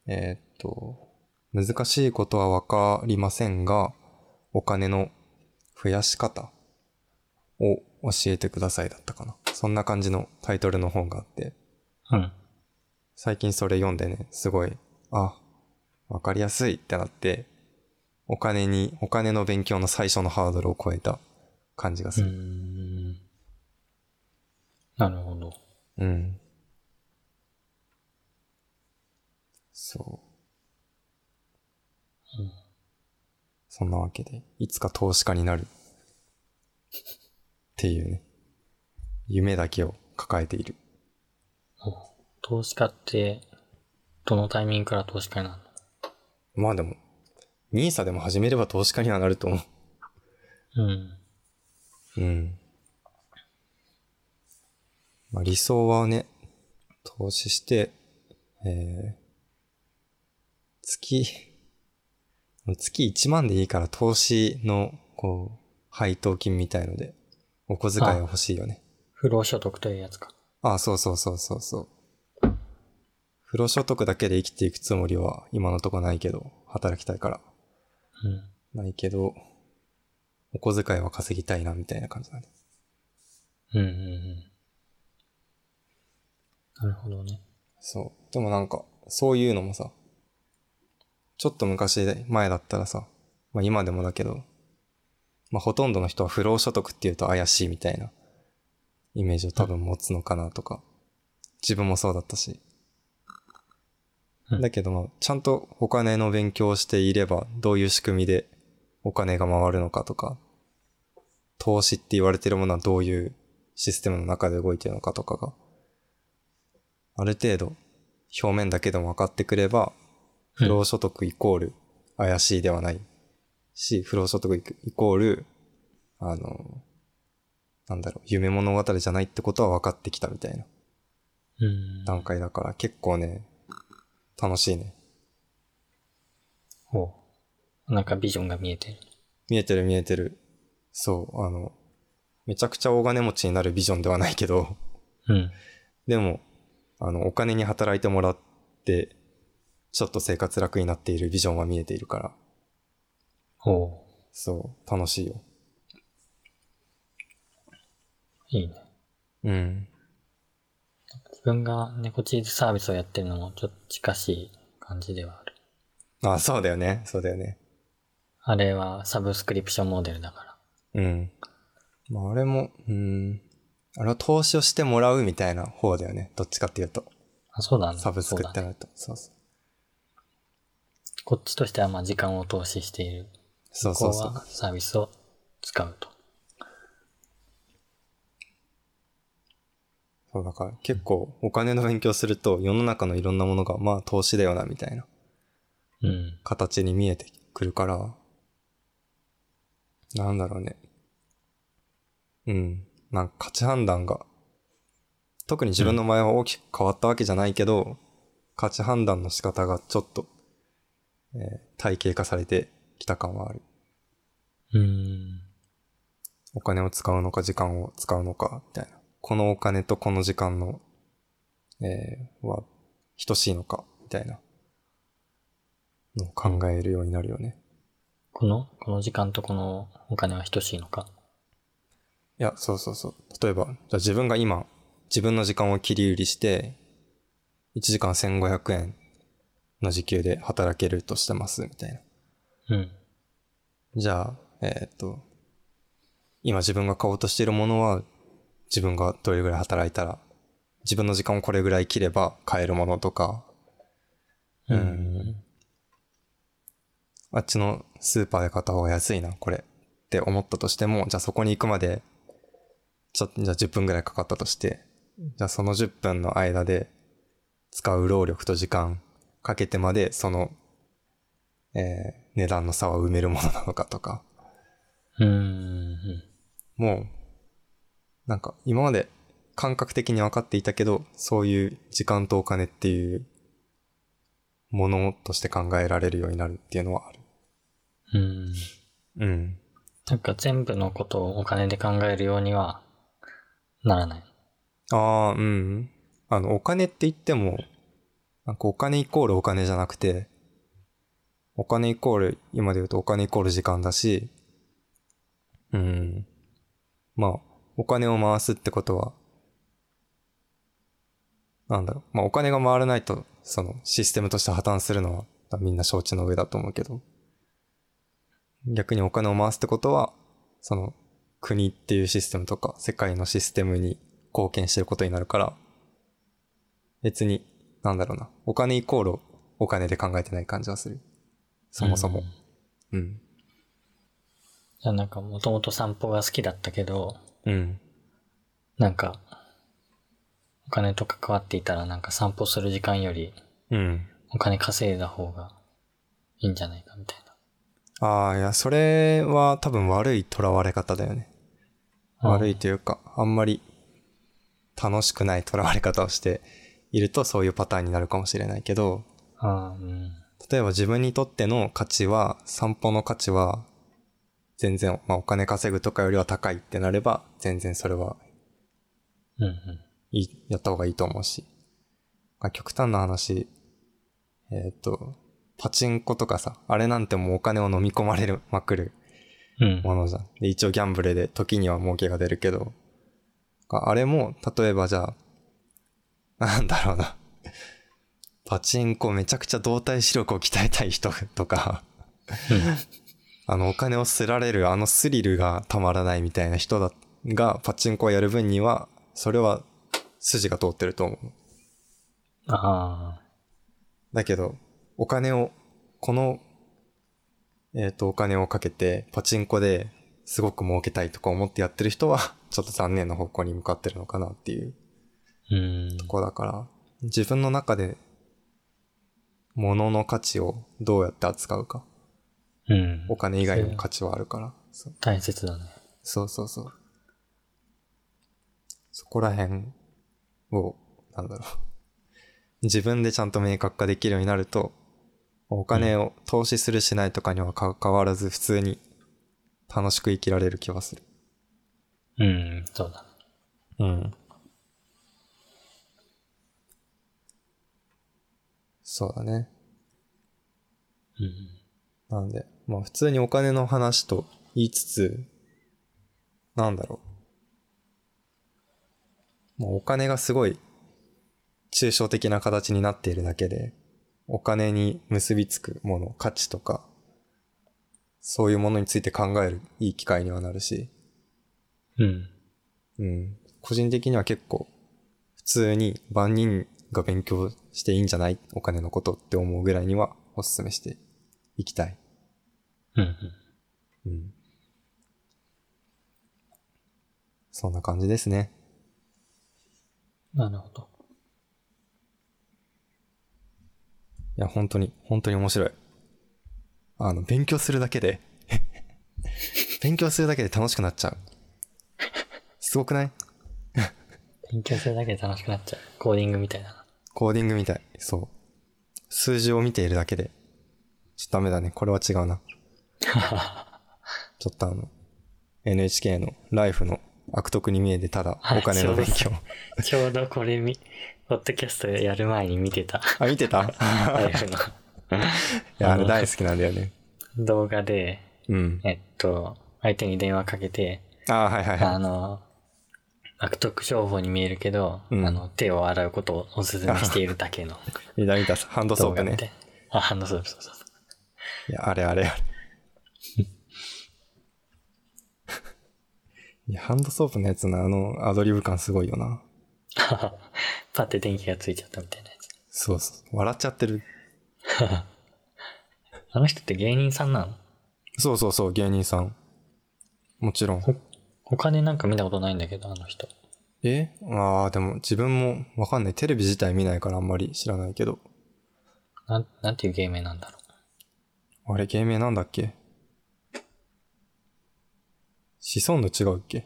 A: えーっと、難しいことはわかりませんが、お金の増やし方を教えてくださいだったかな。そんな感じのタイトルの本があって、
B: うん。
A: 最近それ読んでね、すごい、あ、わかりやすいってなって、お金に、お金の勉強の最初のハードルを超えた感じが
B: う
A: す
B: ー
A: る。
B: ん。なるほど。
A: うん。そう。
B: うん
A: そんなわけで、いつか投資家になる。っていうね、夢だけを抱えている。
B: 投資家って、どのタイミングから投資家になる
A: まあでも、ニーサでも始めれば投資家にはなると思う。
B: のうん。
A: うん。まあ、理想はね、投資して、えー、月、月1万でいいから投資の、こう、配当金みたいので、お小遣いは欲しいよね。
B: 不労所得というやつか。
A: ああ、そうそうそうそうそう。不労所得だけで生きていくつもりは今のとこないけど、働きたいから。
B: うん。
A: ないけど、お小遣いは稼ぎたいなみたいな感じだね。
B: うんうんうん。なるほどね。
A: そう。でもなんか、そういうのもさ、ちょっと昔前だったらさ、まあ今でもだけど、まあほとんどの人は不労所得っていうと怪しいみたいなイメージを多分持つのかなとか、自分もそうだったし
B: う。ん
A: だけどまあ、ちゃんとお金の勉強をしていれば、どういう仕組みでお金が回るのかとか、投資って言われてるものはどういうシステムの中で動いてるのかとかが、ある程度表面だけでも分かってくれば、
B: う
A: 不
B: ん
A: 労所得イコール怪しいではないし、不労所得イコール、あの、なんだろう、夢物語じゃないってことは分かってきたみたいな
B: うん。
A: 段階だから、結構ね、楽しいね。
B: ほう。なんかビジョンが見えてる。
A: 見えてる見えてる。そう、あの、めちゃくちゃ大金持ちになるビジョンではないけど、 <laughs>
B: うん。
A: でも、あの、お金に働いてもらって、ちょっと生活楽になっているビジョンは見えているから、
B: ほう。
A: そう、楽しいよ。
B: いいね。
A: うん。
B: 自分が猫チーズサービスをやってるのもちょっと近しい感じではある。
A: あ、そうだよね。そうだよね。
B: あれはサブスクリプションモデルだから。
A: うん。まあ、あれも、うん。あれは投資をしてもらうみたいな方だよね。どっちかっていうと。
B: あそうだね。
A: サブスク
B: そう
A: って
B: だね
A: なると。そうそう
B: こっちとしてはまあ時間を投資している。
A: そう
B: ここ
A: そうそう。
B: はサービスを使うと。
A: そうだから結構お金の勉強すると世の中のいろんなものがまあ投資だよなみたいな
B: うん。
A: 形に見えてくるから、なんだろうね。うん。なんか価値判断が、特に自分の前は大きく変わったわけじゃないけど、価値判断の仕方がちょっと、えー体系化されてきた感はある。
B: うん。
A: お金を使うのか時間を使うのか、みたいな。このお金とこの時間の、えーは、等しいのか、みたいな。のを考えるようになるよね。
B: この、この時間とこのお金は等しいのか。
A: いや、そうそうそう。例えば、じゃあ自分が今、自分の時間を切り売りして、1時間1500円の時給で働けるとしてます、みたいな。
B: うん。
A: じゃあ、えーっと、今自分が買おうとしているものは、自分がどれぐらい働いたら、自分の時間をこれぐらい切れば買えるものとか、うんあっちのスーパーで買った方が安いな、これって思ったとしても、じゃあそこに行くまで、ちょっと、じゃあ10分ぐらいかかったとして、じゃあその10分の間で使う労力と時間かけてまで、その、えー値段の差を埋めるものなのかとか、
B: うん。うん。
A: もう、なんか今まで感覚的に分かっていたけど、そういう時間とお金っていうものとして考えられるようになるっていうのはある。
B: うん。
A: うん。
B: なんか全部のことをお金で考えるようにはならない。
A: ああ、うん。あの、お金って言っても、なんかお金イコールお金じゃなくて、お金イコール、今で言うとお金イコール時間だし、うん。まあ、お金を回すってことは、なんだろう。まあ、お金が回らないと、その、システムとして破綻するのは、みんな承知の上だと思うけど、逆にお金を回すってことは、その、国っていうシステムとか、世界のシステムに貢献してることになるから、別に、なんだろうな、お金イコールお金で考えてない感じはする。そもそも。うん。
B: じゃあなんかもともと散歩が好きだったけど、
A: うん。
B: なんか、お金と関わっていたらなんか散歩する時間より
A: うん。
B: お金稼いだ方がいいんじゃないかみたい
A: ああ、いや、それは多分悪い囚われ方だよね。
B: な。
A: 悪いというか、あんまり楽しくない囚われ方をしているとそういうパターンになるかもしれないけど、
B: あーうん。
A: 例えば自分にとっての価値は、散歩の価値は、全然、まあお金稼ぐとかよりは高いってなれば、全然それは
B: うんうん。
A: いい、やった方がいいと思うし。まあ極端な話、えっ、と、パチンコとかさ、あれなんてもうお金を飲み込まれる、まくる
B: うん。 <laughs>
A: ものじゃん。で、一応ギャンブルで時には儲けが出るけど、ああれも、例えばじゃあ、なんだろうな。パチンコめちゃくちゃ動体視力を鍛えたい人とか、あの、お金をすられるあのスリルがたまらないみたいな人だが、パチンコをやる分には、それは筋が通ってると思う。
B: ああ。
A: だけど、お金を、この、えっ、と、お金をかけて、パチンコですごく儲けたいとか思ってやってる人は、 <laughs> ちょっと残念な方向に向かってるのかなっていう
B: うん。
A: とこだから、自分の中で物の価値をどうやって扱うか。
B: うん
A: お。金以外にも価値はあるから。そう
B: 大切だね。
A: そうそうそう。そこら辺を、なんだろう。 <laughs> 自分でちゃんと明確化できるようになると、お金を投資するしないとかにはか関わらず普通に楽しく生きられる気はする。
B: うん、そうだね。
A: うん。そうだね。
B: うん。
A: なんで、まあ普通にお金の話と言いつつ、なんだろう。もうお金がすごい抽象的な形になっているだけで、お金に結びつくもの、価値とか、そういうものについて考えるいい機会にはなるし、
B: うん。
A: うん。個人的には結構、普通に万人が勉強していいんじゃないお金のことって思うぐらいにはお勧めしていきたい。
B: うんうん。
A: うん。そんな感じですね。
B: なるほど。
A: いや、本当に、本当に面白い。あの、勉強するだけで、 <laughs> 勉強するだけで楽しくなっちゃう。すごくない
B: 勉強するだけで楽しくなっちゃう。コーディングみたいだ <laughs> な。
A: コーディングみたい。そう。数字を見ているだけで。ちょっとダメだね。これは違うな。ちょっとあの、NHK のライフの悪徳に見えてただお金の勉強。
B: ちょうどこれみ、ポッドキャストやる前に見て <laughs> た。
A: あ、見て <laughs> たい
B: ライフの
A: や、あれ大好きなんだよね。
B: 動画で、
A: <laughs> うん。
B: えっと、相手に電話かけて、
A: あーはいはいはい。
B: あの、悪徳商法に見えるけど、
A: うん
B: あの、手を洗うことをお勧めしているだけの
A: 見た見た、ハンドソ
B: 動
A: ープ
B: 画み
A: ね
B: た。いな。あ、反応そうそうそう。
A: いや、あれあれあれ。 <laughs> いや、ハンドソープのやつのあのアドリブ感すごいよな。
B: <laughs> パッて電気がついちゃったみたいなやつ。
A: そうそう。笑っちゃってる。
B: あの人って芸人さんなの
A: そうそうそう、芸人さん。もちろん。
B: 他でなんか見たことないんだけど、あの人。
A: えああ、でも自分もわかんない。テレビ自体見ないからあんまり知らないけど。
B: なん、なんていう芸名なんだろ
A: あれ、芸名なんだっけシソンヌ違うっけ
B: う。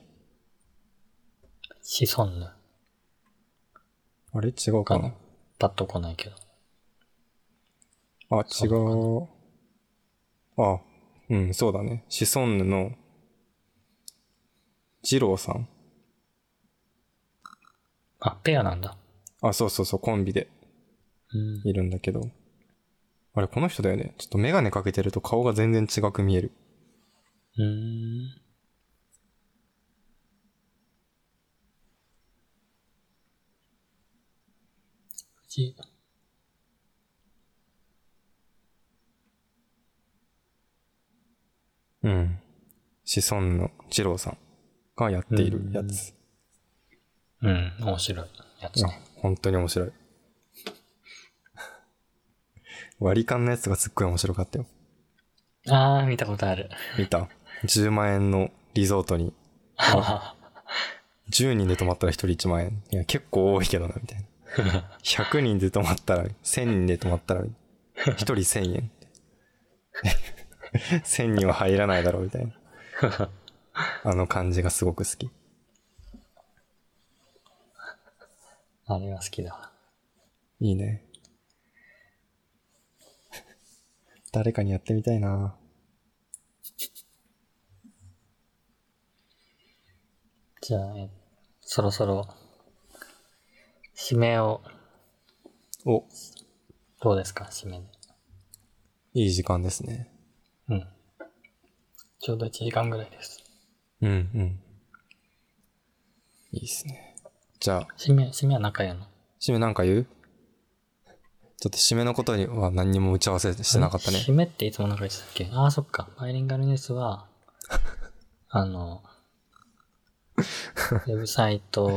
B: シソンヌ。
A: あれ違うかな
B: パッと来ないけど。
A: あ、違う。あ、うん、そうだね。シソンヌの、二郎さん。
B: あ、ペアなんだ。
A: あ、そうそうそう、コンビで
B: うん。
A: いるんだけど。あれ、この人だよね。ちょっとメガネかけてると顔が全然違く見える。
B: うーん。藤
A: うん。シソンヌの二郎さんがやっているやつ。
B: うん、面白いやつ
A: あ
B: ね。
A: 本当に面白い。 <laughs> 割り勘のやつがすっごい面白かったよ。
B: あー、見たことある。
A: 見た ?10 万円のリゾートに10人で泊まったら1人1万円。いや、結構多いけどな、みたいな。100人 <laughs> で泊まったら、1000人で泊まったら、1人1000円。1000人は入らないだろう、みたいな。あの感じがすごく好き。
B: あれは好きだわ。
A: いいね。誰かにやってみたいな
B: じゃあ、えそろそろ、締めを、
A: お、
B: どうですか、締めで。
A: いい時間ですね。
B: うん。ちょうど1時間ぐらいです。
A: うん、うん。いいっすね。じゃあ、
B: 締め、締めは中やの。
A: 締めなんか言うちょっと締めのことには何にも打ち合わせしてなかったね。
B: 締めっていつもなんか言ってたっけああ、そっか。バイリンガルニュース
A: <laughs>
B: は、あの、ウェブサイト、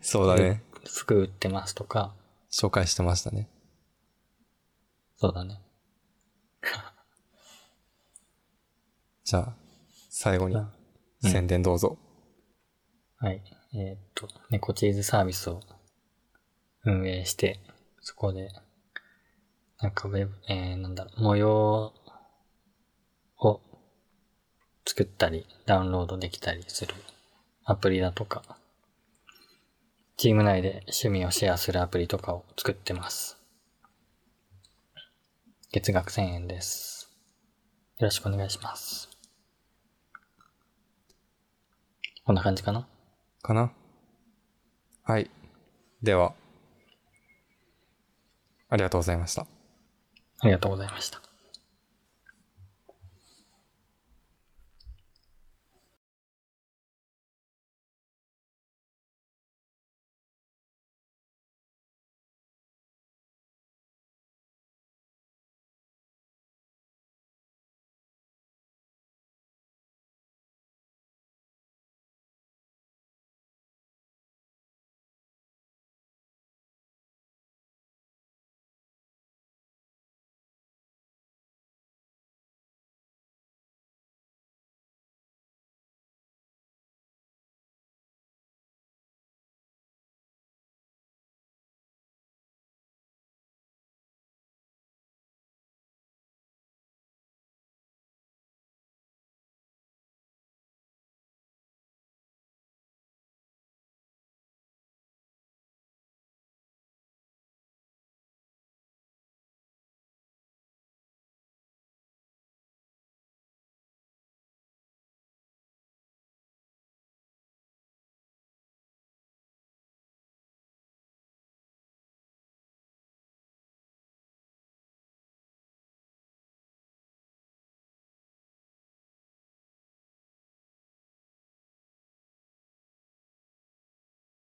A: そうだね。
B: 服売ってますとか、
A: 紹介してましたね。
B: そうだね。
A: じゃあ、最後に
B: うん
A: 宣伝どうぞ。
B: はい。えーっと、猫チーズサービスを運営して、そこで、なんかウェブ、えー、なんだろう、模様を作ったり、ダウンロードできたりするアプリだとか、チーム内で趣味をシェアするアプリとかを作ってます。月額1000円です。よろしくお願いします。こんな感じかな
A: かなはい。では、ありがとうございました。
B: ありがとうございました。